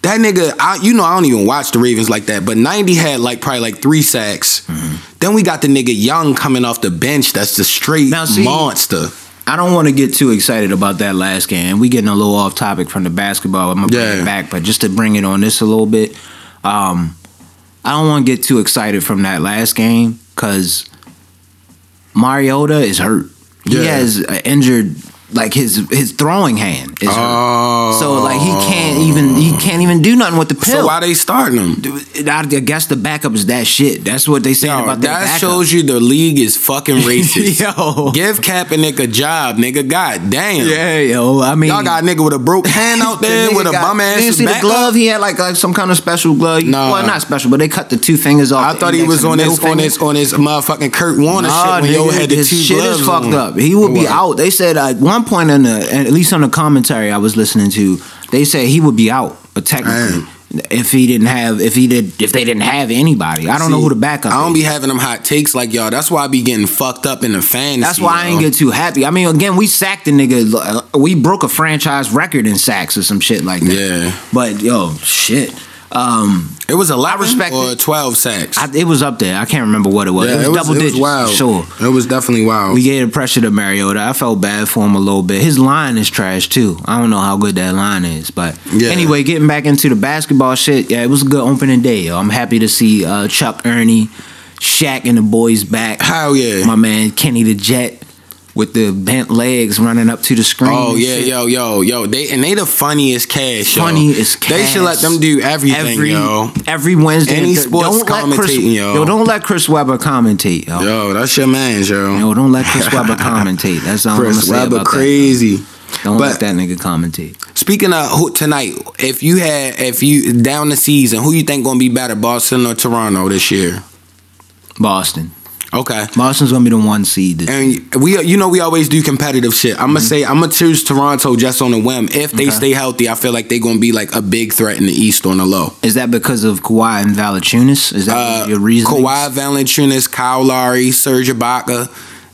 C: that nigga, I you know I don't even watch the Ravens like that. But ninety had like probably like three sacks.
B: Mm-hmm.
C: Then we got the nigga Young coming off the bench. That's the straight
B: Now, see-
C: monster.
B: I don't want to get too excited about that last game. We getting a little off topic from the basketball. I'm gonna bring
C: Yeah.
B: it back, but just to bring it on this a little bit, um, I don't want to get too excited from that last game because Mariota is hurt. He
C: Yeah.
B: has uh, injured like his his throwing hand is hurt.
C: Oh,
B: So like he can't even he can't even do nothing with the
C: So
B: pill.
C: why they starting him?
B: I guess the backup is that shit. That's what they saying
C: Yo,
B: about their
C: that
B: backup.
C: shows you the league is fucking racist.
B: yo,
C: Give Kaepernick a job, nigga. God damn.
B: yeah, yo. I mean,
C: Y'all got a nigga with a broke hand out there
B: The nigga
C: with a
B: got-
C: bum
B: You didn't
C: ass
B: see the
C: back.
B: glove? He had like, like some kind of special glove.
C: Nah.
B: Well, not special, but they cut the two fingers off.
C: I
B: the
C: thought he
B: index
C: was
B: and
C: on
B: the
C: his
B: middle
C: on
B: finger.
C: his on his motherfucking Kurt Warner
B: Nah,
C: shit when yo
B: nigga,
C: had the two
B: his shit
C: gloves
B: is fucked
C: on.
B: up. He would be
C: What?
B: out. They said at one point in the, at least on the commentary I was listening to, they said he would be out, but technically.
C: Damn.
B: If he didn't have, if he did, if they didn't have anybody, I don't know
C: See,
B: who the backup.
C: I don't
B: is.
C: be having them hot takes like y'all. That's why I be getting fucked up in the fantasy.
B: That's why I ain't
C: yo.
B: get too happy. I mean, again, we sacked the nigga. uh, We broke a franchise record in sacks or some shit like that.
C: Yeah.
B: But yo, shit. Um,
C: It was a lot
B: respect
C: or
B: it.
C: twelve sacks.
B: I, it was up there. I can't remember what it was. it was, double digits.
C: wild.
B: Sure.
C: It was definitely wild.
B: We gave the pressure to Mariota. I felt bad for him a little bit. His line is trash too. I don't know how good that line is, but
C: Yeah.
B: anyway, getting back into the basketball shit. Yeah, it was a good opening day. yo. I'm happy to see uh, Chuck, Ernie, Shaq, and the boys back.
C: Hell yeah.
B: My man Kenny the Jet with the bent legs running up to the screen.
C: Oh
B: and
C: yeah,
B: shit.
C: yo, yo, yo. They and they the funniest cash. yo.
B: Funny is cash.
C: They should let them do everything,
B: every,
C: yo.
B: Every Wednesday,
C: Any
B: Th-
C: sports
B: let Chris,
C: commentating, yo.
B: Don't let Chris Webber commentate, yo.
C: Yo, that's your man, yo.
B: Yo, don't let Chris Webber commentate. That's all I'm gonna
C: Chris
B: say
C: Webber,
B: about
C: crazy.
B: that. Don't
C: But-
B: let that nigga commentate.
C: Speaking of who, tonight, if you had, if you down the season, who you think gonna be better, Boston or Toronto this year?
B: Boston.
C: Okay.
B: Boston's gonna be the one seed. This
C: And we, you know, we always do competitive shit. I'm gonna say I'm gonna choose Toronto just on a whim. If they
B: Mm-hmm. Okay.
C: stay healthy, I feel like they're gonna be like a big threat in the East on the low.
B: Is that because of Kawhi and Valachunas? Is that
C: Uh,
B: your reason?
C: Kawhi Valanciunas, Kyle Lowry, Serge Ibaka.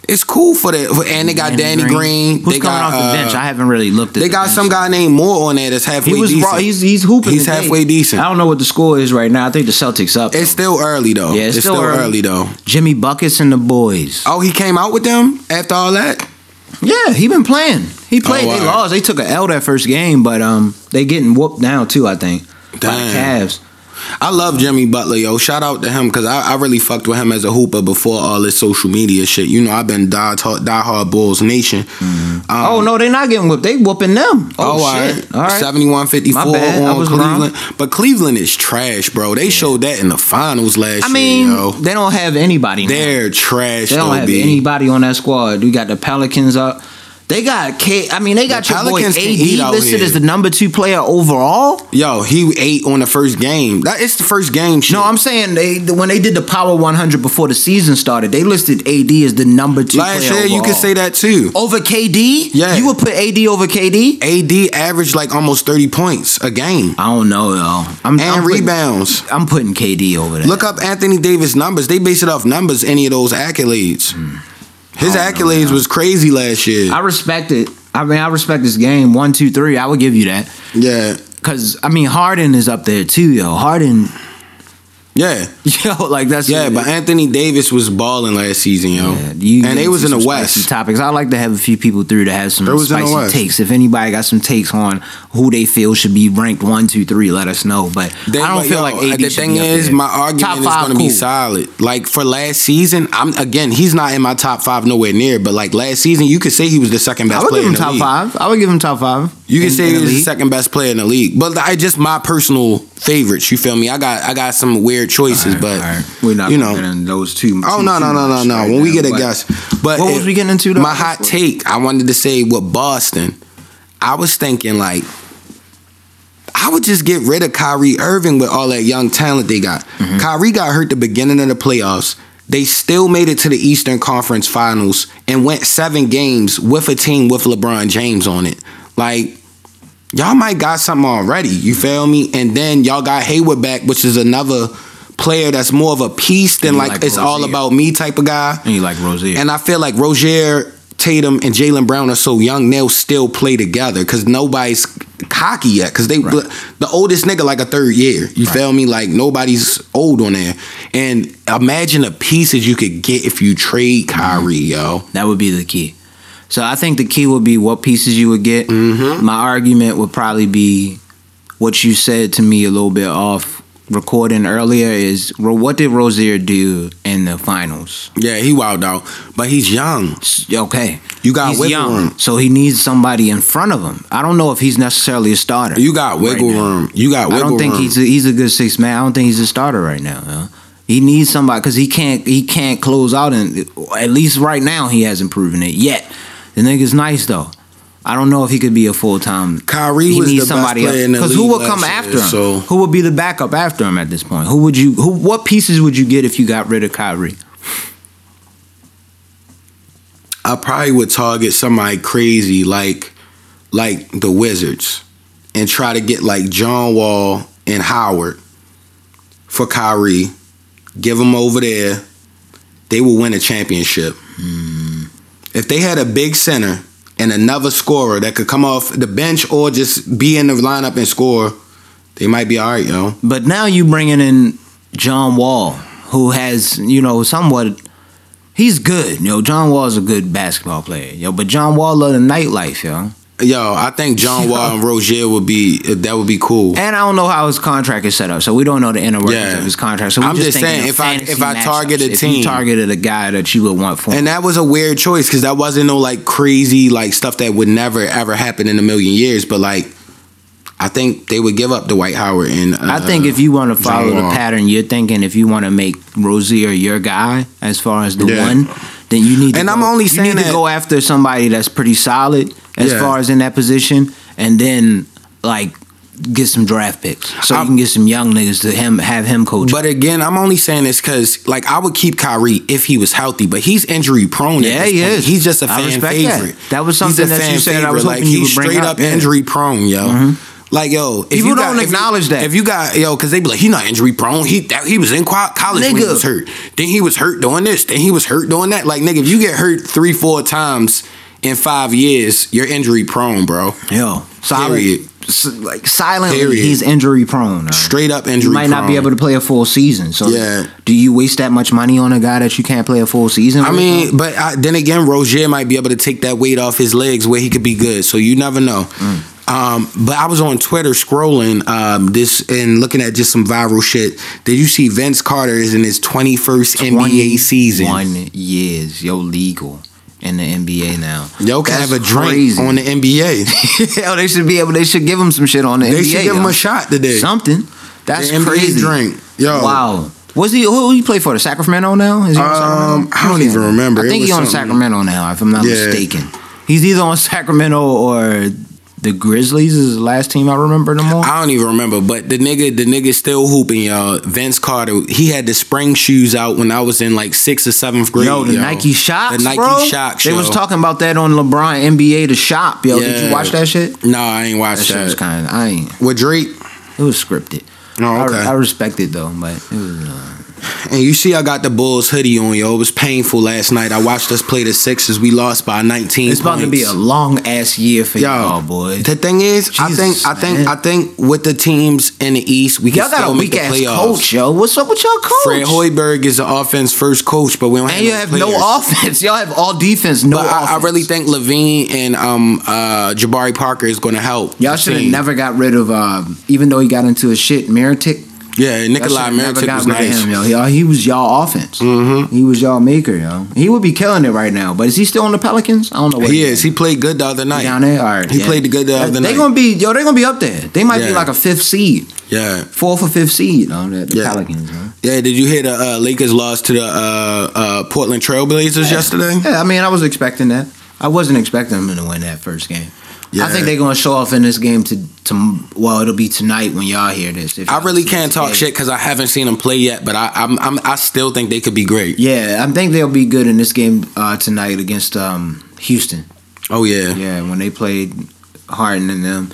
C: It's cool for the and they got Danny, Green.
B: Who's
C: they
B: coming
C: got,
B: off the bench?
C: uh,
B: I haven't really looked at.
C: they
B: the
C: got
B: bench.
C: some guy named Moore on there that's halfway
B: He was
C: decent.
B: raw. He's he's hooping.
C: He's
B: today.
C: halfway decent.
B: I don't know what the score is right now. I think the Celtics up.
C: it's still early though.
B: Yeah, it's still early.
C: though.
B: Jimmy buckets and the boys.
C: Oh, he came out with them after all that.
B: Yeah, he been playing. He played.
C: Oh,
B: they
C: wow.
B: lost. They took an L that first game, but um, they getting whooped now too. I think. By the
C: Damn.
B: Cavs.
C: I love Jimmy Butler, yo. Shout out to him because I, I really fucked with him as a hooper before all this social media shit. You know, I've been die, die hard Bulls Nation. Um,
B: oh no, they not getting whooped. They whooping them. Oh, shit. All right.
C: 71 54
B: My bad. I
C: on
B: was
C: Cleveland. But Cleveland is trash, bro. They showed that in the finals last
B: I mean,
C: year, yo.
B: they don't have anybody. now.
C: They're trash,
B: They don't
C: though,
B: have
C: B.
B: anybody on that squad. We got the Pelicans up. They got K. I mean, they got
C: The
B: your boy AD
C: Pelicans can eat out
B: listed
C: here.
B: as the number two player overall.
C: Yo, he ate on the first game. That it's the first game shit.
B: No, I'm saying they when they did the Power 100 before the season started, they listed AD as the number two.
C: last
B: player
C: year you could
B: overall.
C: say that too.
B: over KD.
C: Yeah.
B: you would put AD over KD.
C: AD averaged like almost 30 points a game
B: I don't know, yo. I'm,
C: and
B: I'm putting-
C: rebounds.
B: I'm putting KD over there.
C: Look up Anthony Davis numbers. They base it off numbers. Any of those accolades.
B: Hmm.
C: His accolades was crazy last year.
B: I respect it. I mean, I respect this game. One, two, three. I would give you that.
C: yeah,
B: Cause I mean, Harden is up there too, yo. Harden,
C: yeah,
B: yo, like that's
C: yeah. But Anthony Davis was balling last season, yo.
B: Yeah, you
C: and they
B: get
C: was in
B: into
C: the
B: some spicy
C: West.
B: topics. I like to have a few people through to have some
C: They was in the
B: spicy
C: West.
B: takes. If anybody got some takes on who they feel should be ranked one, two, three, let us know. But
C: They-
B: I don't
C: but,
B: feel
C: yo,
B: like AD
C: the
B: should
C: thing
B: be up
C: is
B: there.
C: my argument
B: Top
C: is
B: five,
C: going to be
B: cool.
C: solid. Like for last season, I'm again he's not in my top five nowhere near. But like last season, you could say he was the second
B: I
C: best
B: would
C: player
B: give him
C: in the
B: top
C: league.
B: five. I would give him top five.
C: You can
B: in-
C: say
B: in the
C: he's the
B: league.
C: second best player in the league, but I just my personal favorites. You feel me? I got I got some weird choices, but
B: All right, we're not
C: you know.
B: going in those two.
C: Oh
B: too-
C: no
B: too
C: no no no
B: much
C: no!
B: right
C: when we
B: now,
C: get a
B: but-
C: guess, but
B: What was we getting into, though?
C: My hot take. I wanted to say with Boston, I was thinking like, I would just get rid of Kyrie Irving with all that young talent they got.
B: Mm-hmm.
C: Kyrie got hurt the beginning of the playoffs. They still made it to the Eastern Conference Finals and went seven games with a team with LeBron James on it. Like. Y'all might got something already, you feel me? And then y'all got Hayward back, which is another player that's more of a piece than
B: You
C: like,
B: like
C: it's all
B: Rozier.
C: about me type of guy.
B: And you like Rozier?
C: And I feel like Rozier, Tatum, and Jalen Brown are so young, they'll still play together because nobody's cocky yet. Because they
B: Right.
C: the oldest nigga like a third year. You feel me? Like nobody's old on there. And imagine the pieces you could get if you trade Kyrie, yo.
B: That would be the key. So I think the key would be what pieces you would get.
C: Mm-hmm.
B: My argument would probably be what you said to me a little bit off recording earlier is Ro- what did Rozier do in the finals?
C: Yeah, he wild out, but he's young.
B: S- Okay,
C: You got
B: he's
C: wiggle room.
B: so he needs somebody in front of him. I don't know if he's necessarily a starter.
C: You got
B: right
C: wiggle
B: now.
C: room. You got
B: I
C: wiggle
B: don't
C: room.
B: think he's a, he's a good six man. I don't think he's a starter right now. huh? He needs somebody because he can't he can't close out and at least right now he hasn't proven it yet. The nigga's nice though. I don't know if he could be a full time.
C: Kyrie
B: He
C: was
B: needs
C: the
B: somebody
C: best
B: else
C: player in the
B: because
C: league
B: who will
C: last
B: come
C: year,
B: after him?
C: So
B: Who will be the backup after him at this point? Who would you? Who? What pieces would you get if you got rid of Kyrie?
C: I probably would target somebody crazy like like the Wizards and try to get like John Wall and Howard for Kyrie. Give them over there. They will win a championship. If they had a big center and another scorer that could come off the bench or just be in the lineup and score, they might be all right, yo.
B: But now you bringing in John Wall, who has you know somewhat. He's good, yo. John Wall's a good basketball player, yo. But John Wall love the nightlife, yo.
C: Yo, I think John Wall and Rozier would be that would be cool.
B: And I don't know how his contract is set up, so we don't know the inner workings
C: Yeah.
B: of his contract. So we're
C: I'm just
B: thinking
C: saying,
B: of
C: if I- if
B: fantasy
C: I target a
B: matchups. If
C: team-
B: you targeted a guy that you would want for,
C: And that was a weird choice because that wasn't no like crazy like stuff that would never ever happen in a million years. But like, I think they would give up Dwight Howard. And uh,
B: I think if you want to follow the
C: Wall.
B: pattern, you're thinking if you want to make Rozier your guy as far as the
C: Yeah.
B: one, then you need. To
C: And
B: go,
C: I'm only
B: you
C: saying
B: need
C: that-
B: to go after somebody that's pretty solid as
C: Yeah.
B: far as in that position, and then like get some draft picks so you can get some young niggas to him have him coach.
C: But again, I'm only saying this because, like, I would keep Kyrie if he was healthy, but he's injury prone.
B: Yeah,
C: at this
B: he
C: point.
B: is.
C: He's just a
B: I
C: fan
B: respect that.
C: favorite.
B: That was
C: He's a
B: something that
C: fan
B: you said I was
C: favorite.
B: hoping you
C: he's
B: would bring
C: straight
B: up,
C: up,
B: yeah. Mm-hmm.
C: injury prone, yo. Like yo, if
B: People
C: you got-
B: don't
C: if you-
B: acknowledge that.
C: If you got yo, because they be like, he not injury prone. He that, he was in qua- college when he
B: Nigga.
C: was hurt. Then he was hurt doing this. Then he was hurt doing that. Like nigga, if you get hurt three, four times in five years, you're injury prone, bro.
B: Yo, sorry.
C: Period.
B: S- like silently,
C: Period.
B: he's injury prone. uh,
C: Straight up
B: You
C: injury.
B: might not be
C: prone.
B: able to play a full season. So,
C: Yeah.
B: do you waste that much money on a guy that you can't play a full season?
C: I
B: with?
C: mean, but I, then again, Rozier might be able to take that weight off his legs where he could be good. So you never know.
B: Mm.
C: Um, but I was on Twitter scrolling um, this and looking at just some viral shit. Did you see Vince Carter is in his 21st NBA season?
B: One years, yo, legal in the NBA now.
C: Yo can
B: That's
C: have a drink
B: crazy.
C: on the NBA.
B: Yo, they should be able. They should give him some shit on the NBA.
C: They should give him
B: yo.
C: a shot today.
B: Something. That's
C: The NBA
B: crazy.
C: drink. Yo.
B: Wow. Was he? Who he play for? The Sacramento now? Is he on
C: Um,
B: Sacramento?
C: I don't
B: Who's he
C: even
B: on?
C: remember.
B: I
C: It
B: think
C: was
B: he's on
C: something-
B: Sacramento now, if I'm not
C: Yeah.
B: mistaken. He's either on Sacramento or the Grizzlies is the last team I remember them on.
C: I don't even remember, but the nigga, the nigga still hooping, y'all. Vince Carter, he had the spring shoes out when I was in like sixth or seventh grade.
B: Yo, the
C: yo.
B: Nike shocks,
C: The Nike
B: bro.
C: shocks.
B: They
C: yo.
B: was talking about that on LeBron NBA the shop. Yo, did
C: Yeah.
B: you watch that shit?
C: No, I ain't
B: That
C: watched
B: shit was
C: that.
B: kind. I ain't.
C: With Drake.
B: It was scripted.
C: Oh,
B: I-
C: okay.
B: I, respect it though, but it was. Uh,
C: and you see, I got the Bulls hoodie on, yo. It was painful last night. I watched us play the Sixers. We lost by 19.
B: It's about to be a
C: points.
B: long ass year for y'all, boys.
C: The thing is, I think,
B: Jesus,
C: I think,
B: man.
C: I think with the teams in the East, we can
B: Y'all got
C: still
B: a
C: make
B: weak
C: the
B: ass
C: playoffs.
B: coach, yo. What's up with y'all coach?
C: Fred Hoiberg is the offense first coach, but we don't
B: and you
C: have
B: have
C: players.
B: no offense. Y'all have all defense, no
C: But
B: offense.
C: I, I really think Levine and um, uh, Jabari Parker is going to help.
B: y'all
C: the
B: should have
C: team.
B: never got rid of. Um, even though he got into a shit Meritic,
C: Yeah, Nikolai Meritic was nice.
B: him,
C: Mm-hmm.
B: yo. Y'all- He was y'all offense. He was y'all maker, yo. He would be killing it right now. But is he still on the Pelicans? I don't know. where
C: He is. He played good the other night.
B: down there. All right,
C: He played good the other
B: they
C: night.
B: gonna be yo. They're gonna be up there. They might be
C: Yeah.
B: like a fifth seed,
C: yeah.
B: fourth or fifth seed on the, the
C: Yeah.
B: Pelicans. Yo.
C: Yeah, did you hear the uh, Lakers lost to the uh, uh, Portland Trailblazers yesterday?
B: Yeah, I mean, I was expecting that. I wasn't expecting them to win that first game.
C: Yeah.
B: I think they're gonna show off in this game to, to well, it'll be tonight when y'all hear this. if
C: I
B: y'all
C: really
B: listen
C: can't
B: to
C: talk
B: today.
C: shit because I haven't seen them play yet, but I I'm, I'm, I still think they could be great.
B: Yeah, I think they'll be good in this game uh, tonight against um, Houston.
C: Oh yeah, yeah.
B: Yeah, when they played Harden and them.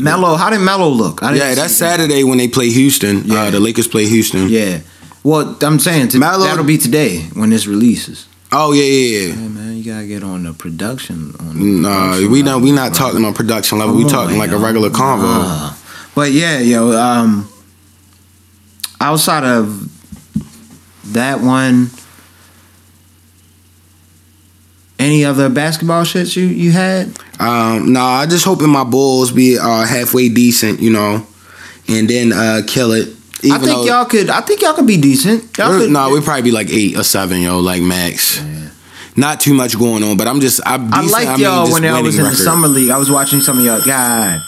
B: Melo, how did Melo look? I didn't see
C: that's
B: that.
C: Saturday when they play Houston. Uh,
B: Yeah.
C: the Lakers play Houston.
B: Yeah. Well, I'm saying to,
C: Melo-
B: that'll be today when this releases.
C: Oh yeah, yeah. yeah.
B: Hey man, you gotta get on the production. On the
C: No,
B: production
C: we not we
B: level,
C: not
B: bro.
C: talking on production level. we
B: Come
C: talking
B: on,
C: like a
B: yo.
C: regular convo.
B: Nah. But yeah, yo, um outside of that one any other basketball shits you you had?
C: Um, nah, I just hoping my Bulls be uh, halfway decent, you know, and then uh, kill it. Even
B: I think y'all could I think y'all could be decent. Y'all
C: No,
B: could,
C: nah, we'd probably be like eight or seven, yo, like max. Not too much going on, but I'm just I'm
B: I
C: decent.
B: liked
C: mean,
B: y'all
C: just
B: when I
C: winning
B: was in
C: record.
B: the summer league. I was watching some of y'all. God,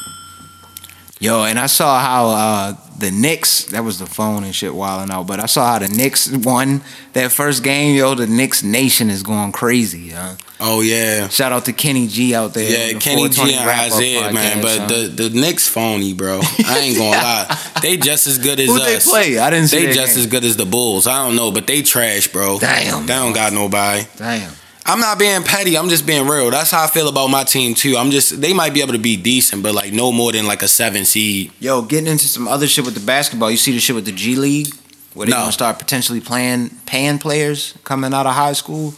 E: Yo, and I saw how uh, the Knicks, that was the phone and shit wilding out, but I saw how the Knicks won that first game. Yo, the Knicks nation is going crazy. Huh?
C: Oh yeah.
E: Shout out to Kenny G out there. on
C: Yeah,
E: the
C: Kenny G
E: 420
C: and
E: Wrap Up
C: Isaiah, man,
E: podcast,
C: but
E: huh?
C: the, the Knicks phony, bro. I ain't gonna lie, they just as good as
E: Who they
C: us.
E: play? I didn't see
C: They
E: their
C: just
E: game.
C: as good as the Bulls. I don't know, but they trash, bro.
E: Damn.
C: they don't got nobody.
E: damn.
C: I'm not being petty. I'm just being real. That's how I feel about my team too. I'm just they might be able to be decent, but like no more than like a seven seed.
E: Yo, getting into some other shit with the basketball. You see the shit with the G League, where they
C: No.
E: gonna start potentially playing paying players coming out of high school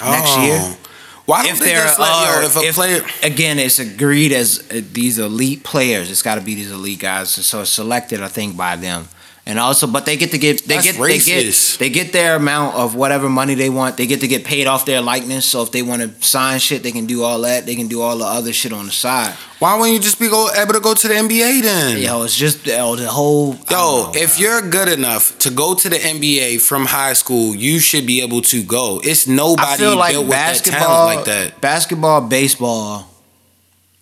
E: next
C: Oh.
E: year.
C: Why don't
E: Oh. If
C: they
E: there
C: just let,
E: are,
C: yo, if a
E: if-
C: player
E: Again, it's agreed as uh, these elite players. It's got to be these elite guys, and so it's selected, I think, by them. And also, but they get to get they
C: That's
E: get they get
C: racist.
E: they get their amount of whatever money they want. They get to get paid off their likeness. So if they want to sign shit, they can do all that. They can do all the other shit on the side.
C: Why wouldn't you just be go, able to go to the NBA then?
E: Yo, it's just yo, the whole I
C: Yo,
E: don't know,
C: if you're good enough to go to the NBA from high school, you should be able to go. It's nobody
E: I feel like
C: built with that
E: basketball,
C: talent like that.
E: basketball, baseball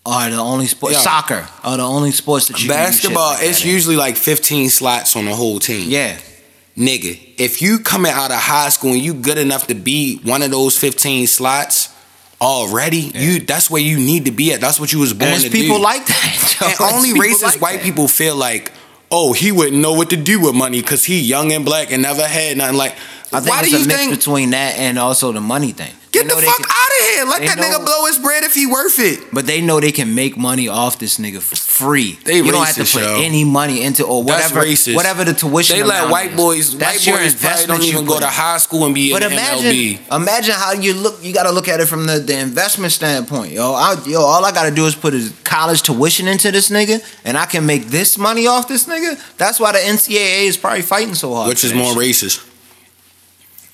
E: are the only sports.
C: Yeah.
E: Soccer are the only sports that you can do shit
C: Basketball,
E: like
C: it's
E: that eh? in.
C: usually like 15 slots on the whole team.
E: yeah.
C: Nigga, if you coming out of high school and you good enough to be one of those 15 slots, already. You that's where you need to be at. That's what you was born
B: There's
C: to
B: people
C: do.
B: like that. yo.
C: and
B: There's
C: only
B: people
C: racist
B: like
C: white
B: that.
C: people feel like, oh, he wouldn't know what to do with money because he young and black and never had nothing. Like,
B: I think
C: why do
B: it's
C: you
B: a mix
C: think?
B: between that and also the money thing.
C: Get
B: They
C: the
B: know they
C: fuck
B: can-
C: out of here! Let
B: they
C: that
B: know-
C: nigga blow his bread if he worth it.
B: But they know they can make money off this nigga for free.
C: They
B: you don't have to
C: racist,
B: put
C: yo.
B: any money into or
C: That's
B: whatever.
C: racist.
B: Whatever the tuition.
C: They let
B: amount
C: white
B: is.
C: boys, white
B: That's your
C: boys probably
B: investment
C: don't
B: you
C: even go
B: put
C: to
B: in.
C: high school and be in
B: But
C: the MLB.
B: imagine, imagine how you look. You got to look at it from the, the investment standpoint, yo. I, yo, all I got to do is put his college tuition into this nigga, and I can make this money off this nigga. That's why the NCAA is probably fighting so hard.
C: Which
B: for
C: is
B: that
C: more
B: shit.
C: racist.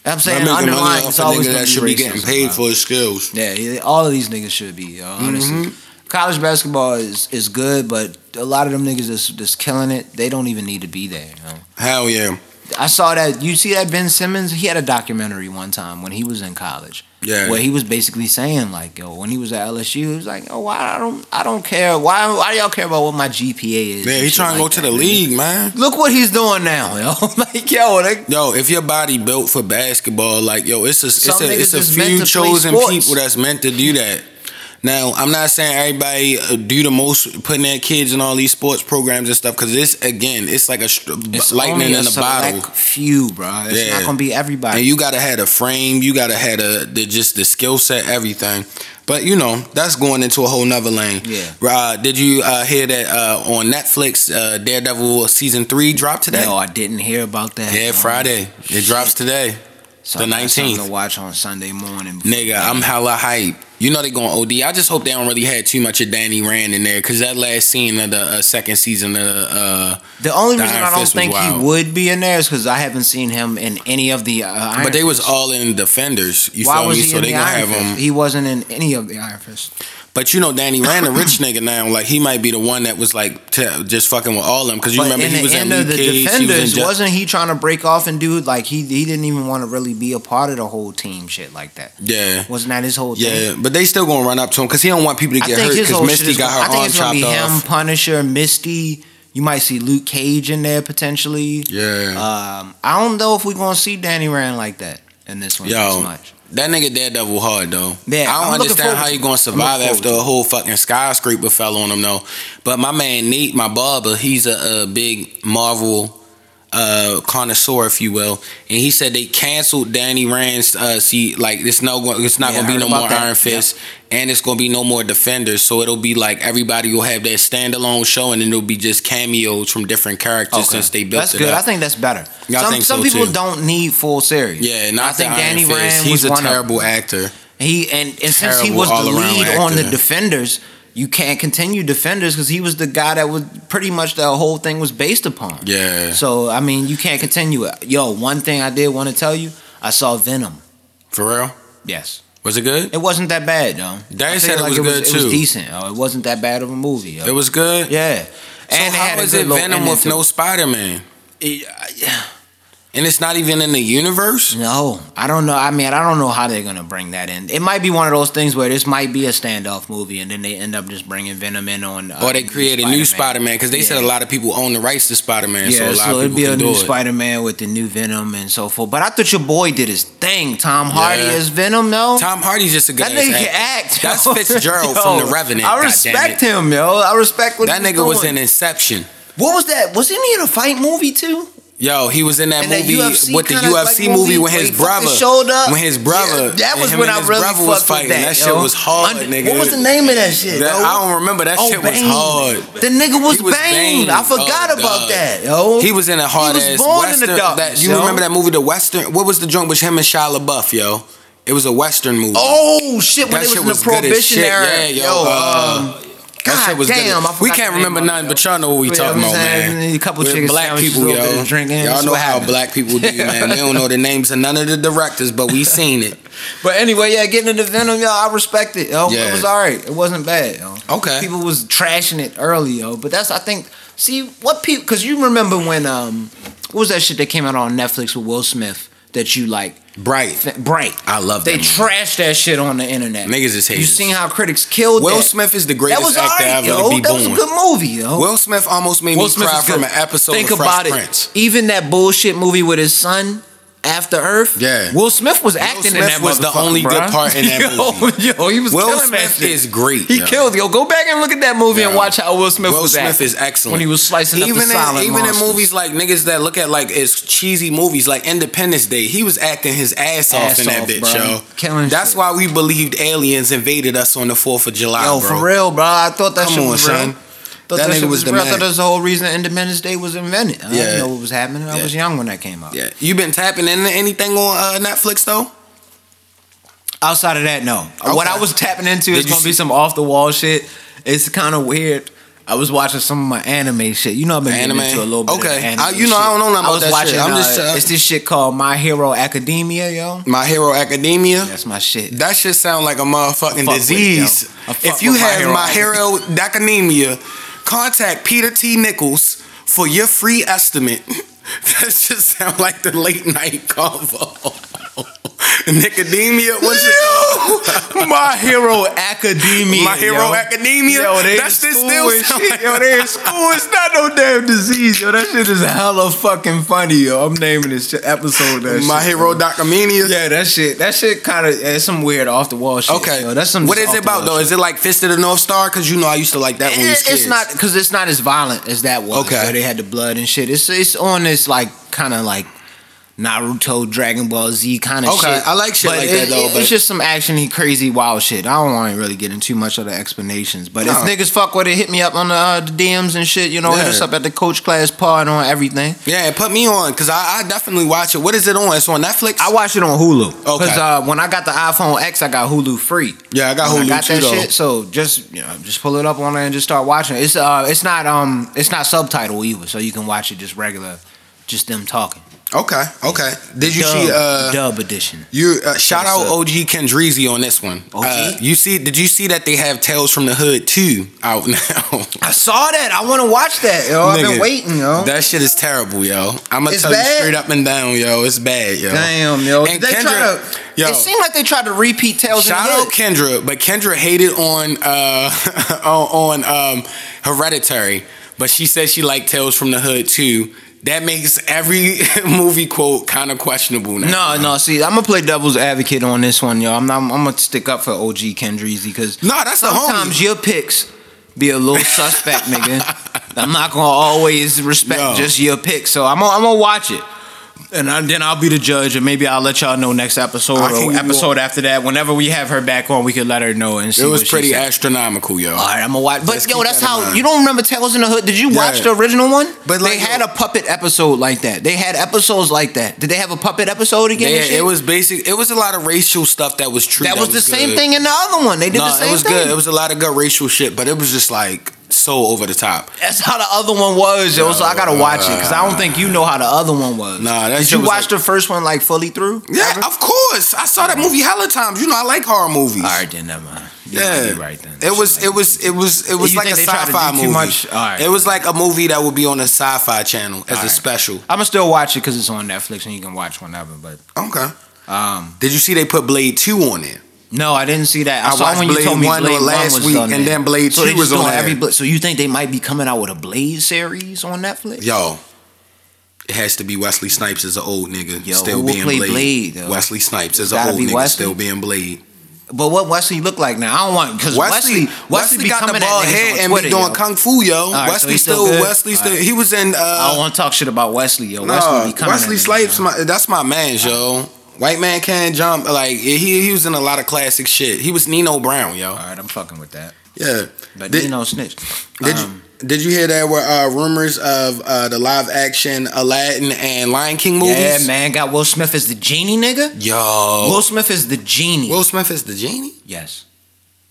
B: I'm saying
C: Not making money
B: underlying
C: off
B: is
C: a
B: always
C: nigga
B: gonna
C: that
B: be
C: should be getting
B: racist,
C: paid Mm-hmm.
B: bro.
C: for his skills.
B: Yeah, yeah, all of these niggas should be. yo, honestly, college basketball is, is good, but a lot of them niggas that's, that's killing it. They don't even need to be there. You know?
C: Hell yeah,
B: I saw that. You see that Ben Simmons? He had a documentary one time when he was in college.
C: Yeah.
B: Where he was basically saying like, yo, when he was at LSU, he was like, oh, why I don't, I don't care. Why, why do y'all care about what my GPA is?
C: yeah.
B: and
C: He
B: shit
C: trying to go
B: like
C: to
B: that,
C: the
B: nigga.
C: league, man.
B: Look what he's doing now, yo. like, yo, that,
C: Yo, if your body built for basketball, like yo, it's a it's
B: Some
C: a,
B: niggas
C: it's a
B: is meant to
C: few
B: play
C: chosen
B: sports.
C: people that's meant to do that. Now, I'm not saying everybody uh, do the most putting their kids in all these sports programs and stuff because this again, it's like a str-
B: it's
C: lightning
B: only
C: in a
B: select
C: bottle,
B: Few, bro. It's
C: Yeah.
B: not gonna be everybody.
C: and you gotta have a frame, you gotta have a, the just the skill set, everything. But you know, that's going into a whole nother lane.
B: Yeah.
C: Uh, did you uh, hear that uh, on Netflix? Uh, Daredevil season three dropped today.
B: no, I didn't hear about that.
C: yeah,
B: yo.
C: Friday. It drops today.
B: So
C: the
B: I got something
C: 19th.
B: To watch on Sunday morning.
C: Nigga, I'm hella hype. You know they going OD. I just hope they don't really had too much of Danny Rand in there because that last scene of the uh, second season of uh,
B: The only
C: The
B: reason
C: Iron
B: I don't
C: Fist was
B: think he
C: wild.
B: would be in there is because I haven't seen him in any of the. Uh, Iron
C: but they was
B: Fist.
C: all in Defenders. You
B: Why
C: feel
B: was
C: me?
B: he
C: So
B: in
C: they
B: the
C: gonna
B: Iron
C: have
B: Fist?
C: him.
B: He wasn't in any of the Iron Fist.
C: But you know Danny Rand, a rich nigga now, like he might be the one that was like t- just fucking with all them because you
B: But
C: remember
B: in
C: he
B: the
C: was in
B: end of
C: Luke
B: the
C: Cage, he was in
B: Defenders,
C: Ju-
B: wasn't he trying to break off and do like he he didn't even want to really be a part of the whole team shit like that.
C: yeah.
B: Wasn't that his whole thing?
C: Yeah, but they still gonna run up to him because he don't want people to
B: I
C: get
B: think
C: hurt
B: his
C: because
B: whole shit
C: Misty
B: is
C: got
B: gonna-
C: her
B: I
C: arm
B: think it's gonna
C: chopped
B: be him,
C: off.
B: Punisher, Misty. You might see Luke Cage in there potentially.
C: Yeah.
B: Um, I don't know if we're gonna see Danny Rand like that in this one
C: Yo.
B: as much.
C: That nigga Daredevil hard though.
B: Yeah,
C: I don't
B: I'm looking
C: understand
B: forward
C: how
B: to
C: you
B: it.
C: gonna
B: I'm
C: survive
B: looking
C: after
B: forward
C: a whole fucking skyscraper fell on him though. But my man Nate, my barber, he's a, a big Marvel uh, connoisseur, if you will, and he said they canceled Danny Rand's. Uh, see, like it's no, go- it's not
B: Yeah,
C: gonna
B: I heard
C: be no more
B: about that.
C: Iron Fist, and it's gonna be no more Defenders. So it'll be like everybody will have their standalone show, and then it'll be just cameos from different characters since they built
B: that's
C: it
B: good.
C: up.
B: I think that's better.
C: Yeah, I
B: some
C: think
B: some
C: so,
B: people
C: too.
B: don't need full series.
C: yeah, and I think Danny Rand.
B: was
C: He's a
B: one of them.
C: terrible actor.
B: He and, and since he
C: Terrible
B: was the
C: all-around
B: lead on
C: actor.
B: the Defenders, you can't continue Defenders because he was the guy that was pretty much the whole thing was based upon.
C: Yeah,
B: So I mean, you can't continue it. Yo, one thing I did want to tell you, I saw Venom.
C: for real.
B: Yes,
C: Was it good?
B: it wasn't that bad though.
C: They
B: I
C: said
B: feel
C: it was good,
B: It
C: too.
B: was decent. Oh, it wasn't that bad of a movie. yo.
C: It was good.
B: yeah.
C: And
B: they
C: how
B: had a
C: is
B: good
C: it
B: little
C: Venom
B: ending
C: with
B: to
C: no
B: it.
C: Spider Man?
B: Yeah.
C: And it's not even in the universe.
B: No, I don't know. I mean, I don't know how they're gonna bring that in. It might be one of those things where this might be a standoff movie, and then they end up just bringing Venom in on. Uh,
C: Or they create a new Spider Man because they said a
B: Yeah.
C: lot of people own the rights to Spider Man, so
B: Yeah,
C: a
B: so,
C: lot of
B: it'd
C: people
B: be
C: can
B: a
C: do
B: new
C: it.
B: Spider Man with the new Venom and so forth. But I thought your boy did his thing. Tom Hardy
C: Yeah.
B: as Venom, no.
C: Tom Hardy's just a good
B: that nigga
C: ass
B: can
C: actor.
B: act.
C: That's
B: yo.
C: Fitzgerald
B: Yo,
C: from The Revenant.
B: I
C: goddammit.
B: respect him, yo. I respect what
C: That
B: he was
C: nigga was
B: doing.
C: in Inception.
B: What was that? Wasn't he in a fight movie too?
C: Yo, he was in that
B: And that
C: movie
B: UFC
C: with the
B: kinda like
C: UFC
B: movie
C: movie with
B: where
C: his
B: he fucked
C: brother.
B: his shoulder up.
C: When his brother.
B: Yeah, that
C: and
B: was
C: him
B: when
C: and
B: I
C: his
B: really
C: brother
B: fucked
C: was
B: with
C: fighting.
B: that,
C: That
B: yo.
C: shit was hard,
B: Under-
C: nigga.
B: What was the name of that shit?
C: That-
B: yo?
C: I don't remember. That shit was
B: Oh, Bane.
C: hard.
B: The nigga was,
C: He was
B: Bane.
C: Bane.
B: I forgot
C: Oh,
B: about
C: God.
B: that, yo.
C: He was in a hard
B: was
C: ass
B: born in
C: western.
B: the darkness,
C: that, you
B: yo.
C: remember that movie, the western? What was the joint with him and Shia LaBeouf, yo? It was a western movie.
B: Oh shit! When it
C: that
B: was
C: shit
B: in the
C: was good as
B: prohibition
C: shit.
B: era,
C: Yeah, yo.
B: Yo,
C: uh,
B: um,
C: that shit
B: God
C: was good.
B: damn, I forgot
C: we
B: the
C: can't
B: name
C: remember
B: of it,
C: nothing,
B: yo.
C: but y'all know what we
B: Yeah,
C: talking
B: I'm
C: about,
B: saying,
C: man.
B: a couple
C: We're
B: chicken
C: black
B: sandwiches
C: people,
B: over
C: yo.
B: there drinking,
C: Y'all
B: that's
C: know
B: what
C: how
B: happened.
C: black people do, man. They don't know the names of none of the directors, but we seen it.
B: But anyway, yeah, getting into Venom, yo, I respect it. Yo,
C: Yeah.
B: it was all right. It wasn't bad. Yo.
C: Okay.
B: people was trashing it early, yo. But that's I think. See what people, because you remember when um, what was that shit that came out on Netflix with Will Smith that you like
C: Bright.
B: th- Bright.
C: I love
B: They
C: that movie.
B: trashed that shit on the internet.
C: Niggas is
B: You
C: haters.
B: seen how critics killed
C: Will
B: that.
C: Smith is the
B: That
C: greatest
B: was
C: actor
B: alright,
C: ever
B: yo.
C: to be
B: that was a
C: born.
B: good movie, yo.
C: Will Smith almost made
B: Will
C: me
B: Smith
C: cry
B: is
C: from
B: good.
C: an episode
B: Think
C: of Fresh
B: about
C: Prince.
B: it. Even that bullshit movie with his son, After Earth.
C: Yeah.
B: Will Smith was acting
C: Smith
B: in that
C: was the
B: motherfucker,
C: only good
B: bruh.
C: part in that
B: yo,
C: movie.
B: Yo, he was
C: Will
B: killing that
C: Smith
B: shit.
C: is great.
B: He
C: yo.
B: killed. Yo, go back and look at that movie and
C: Yeah.
B: watch how Will Smith
C: Will
B: was
C: Smith
B: acting.
C: is excellent
B: when he was slicing up
C: even
B: the silent
C: in, even
B: monsters.
C: in movies like niggas that look at like as cheesy movies like Independence Day, he was acting his ass,
B: Ass
C: off in that
B: off,
C: bitch,
B: bro.
C: yo.
B: Killing
C: That's
B: shit.
C: why we believed aliens invaded us on the Fourth of July,
B: Yo,
C: bro.
B: for real, bro. I thought that
C: Come
B: shit
C: on,
B: was real.
C: son.
B: Thought
C: That
B: that,
C: nigga
B: shit
C: was
B: was
C: the
B: real. I thought
C: man.
B: that's the whole reason Independence Day was invented. I
C: Yeah.
B: didn't know what was happening. I
C: Yeah.
B: was young when that came out.
C: Yeah, you been tapping into anything on uh, Netflix though?
B: Outside of that, no.
C: Okay.
B: What I was tapping into
C: Did
B: is
C: you
B: gonna be
C: see-
B: some off the wall shit. It's kind of weird. I was watching some of my anime shit. You know, I've been getting
C: Anime?
B: into a little bit.
C: Okay.
B: of anime
C: I- you know, I
B: shit.
C: don't know nothing
B: I
C: about
B: was
C: that shit.
B: watching.
C: I'm
B: uh,
C: just, uh,
B: it's this shit called My Hero Academia, yo.
C: My Hero Academia.
B: That's my shit.
C: That shit sound like a motherfucking
B: I fuck with it,
C: disease.
B: yo. I fuck
C: if you
B: with My
C: have
B: Hero
C: my hero academia, contact Peter T. Nichols for your free estimate. That shit sound like the late night convo. Nicodemia, what's it called?
B: my Hero Academia.
C: My Hero
B: yo.
C: Academia.
B: Yo, they in
C: that shit
B: school
C: still
B: and
C: sound
B: shit.
C: like-
B: Yo, they in school. It's not no damn disease. Yo, that shit is hella fucking funny. Yo, I'm naming this shit, episode that.
C: My
B: shit,
C: Hero
B: yo.
C: Academia.
B: Yeah, that shit. That shit kind of. It's some weird off the wall shit.
C: Okay.
B: yo. that's some.
C: what
B: just
C: is it
B: off-the-wall
C: about though?
B: shit.
C: Is it like Fist of the North Star? Because you know I used to like that one.
B: It- Eh, it's not because it's not as violent as that was.
C: Okay.
B: where they had the blood and shit. It's it's on this like kind of like Naruto, Dragon Ball Z kind of
C: Okay,
B: shit.
C: I like shit
B: But
C: like
B: it-
C: that, though,
B: it-
C: but-
B: it's just some actiony, crazy, wild shit. I don't want to really get into too much of the explanations. But
C: No.
B: if niggas fuck with it, hit me up on the, uh, the DMs and shit. You know, hit
C: Yeah.
B: us up at the Coach Class Pod on everything.
C: Yeah, put me on because I, I definitely watch it. What is it on? It's on Netflix.
B: I watch it on Hulu.
C: Okay.
B: Because uh, when I got the iPhone X, I got Hulu free.
C: yeah, I got
B: When
C: Hulu
B: I got
C: too
B: that
C: though.
B: shit. So just you know, just pull it up on there and just start watching. it. It's uh, it's not um, it's not subtitle either, so you can watch it just regular, just them talking.
C: Okay, okay. Did you
B: dub,
C: see? uh
B: dub edition?
C: You uh, shout out
B: What's up?
C: OG Kendrizi on this one.
B: OG?
C: Uh, you see? Did you see that they have Tales from the Hood two out now?
B: I saw that. I want to watch that, yo. Oh, I've been
C: Nigga,
B: waiting, yo.
C: That shit is terrible, yo. I'm gonna
B: It's
C: tell you
B: bad?
C: straight up and down, yo. It's bad, yo.
B: Damn, yo.
C: And
B: they
C: Kendra,
B: try to,
C: yo.
B: It seemed like they tried to repeat Tales
C: Shout
B: in the Hood.
C: out Kendra, but Kendra hated on uh on, on um Hereditary, but she said she liked Tales from the Hood too. That makes every movie quote kind of questionable now.
B: No, no. See, I'm gonna play devil's advocate on this one, yo. I'm not, I'm gonna stick up for OG Kendrizy because
C: No, that's the homie.
B: sometimes your picks be a little suspect, nigga. I'm not gonna always respect
C: Yo.
B: just your pick, so I'm gonna, I'm gonna watch it, and I, then I'll be the judge, and maybe I'll let y'all know next episode
C: I think
B: or
C: you
B: episode after that. Whenever we have her back on, we could let her know and see.
C: It was
B: what
C: pretty
B: She said.
C: astronomical, yo.
B: all right, I'm gonna watch.
C: Let's
B: But yo,
C: keep
B: that's
C: that in
B: how
C: mind.
B: you don't remember Tales in the Hood. Did you watch
C: Yeah.
B: the original one?
C: But,
B: they
C: like,
B: had
C: yo-
B: a puppet episode like that. They had episodes like that. Did they have a puppet episode again? and
C: Yeah,
B: shit?
C: it was basic. It was a lot of racial stuff that was true.
B: That, was, the same
C: good.
B: thing in the other one. They did
C: no,
B: the same
C: it was
B: thing.
C: good. It was a lot of good racial shit, but it was just like so over the top.
B: That's how the other one was, yo. So I gotta watch it because I don't think you know how the other one was.
C: Nah, that
B: did
C: shit
B: you
C: was
B: watch the
C: like-
B: first one like fully through?
C: Yeah,
B: Ever? All
C: of course. I saw that movie hella times. You know, I like horror movies.
B: right, then never mind. You might
C: Yeah,
B: be right then.
C: It was, it was, it was, it was
B: You
C: like a
B: think they tried to
C: sci-fi
B: do too
C: movie.
B: much? All right.
C: It was like a movie that would be on a sci-fi channel as
B: All
C: a
B: right.
C: special.
B: I'm gonna still watch it because it's on Netflix and you can watch whenever. But
C: Okay.
B: um,
C: Did you see they put Blade Two on it?
B: no, I didn't see that. I,
C: I
B: saw
C: watched
B: when you
C: Blade
B: told me
C: one
B: Blade
C: on last
B: one was
C: week,
B: done
C: and
B: there.
C: then Blade
B: so
C: two
B: they just
C: was on
B: doing
C: there.
B: every. Bla- So you think they might be coming out with a Blade series on Netflix?
C: Yo, it has to be Wesley Snipes as an old nigga
B: Yo,
C: still
B: who will
C: being
B: play
C: Blade.
B: Blade, though?
C: Wesley Snipes as an
B: Gotta
C: old
B: be
C: nigga
B: Wesley.
C: still being Blade.
B: But what Wesley look like now? I don't want because Wesley,
C: Wesley, Wesley,
B: Wesley,
C: got the
B: becoming
C: bald
B: that nigga
C: head
B: on
C: and
B: Twitter,
C: be doing
B: yo.
C: kung fu, yo.
B: right, so
C: Wesley
B: he's still
C: still,
B: good?
C: Wesley still.
B: All right.
C: He was in.
B: I don't
C: uh
B: want to talk shit about Wesley, yo.
C: nah,
B: Wesley be coming.
C: Wesley
B: at me,
C: Snipes,
B: yo.
C: my, that's my man, yo. White man can't jump. Like he, he was in a lot of classic shit. He was Nino Brown, yo.
B: All right, I'm fucking with that.
C: Yeah.
B: But
C: Did-
B: you know, snitch.
C: Did you?
B: Um,
C: Did you hear there were uh, rumors of uh, the live action Aladdin and Lion King movies?
B: Yeah, man, got Will Smith as the genie, nigga.
C: Yo,
B: Will Smith is the genie.
C: Will Smith is the genie.
B: yes,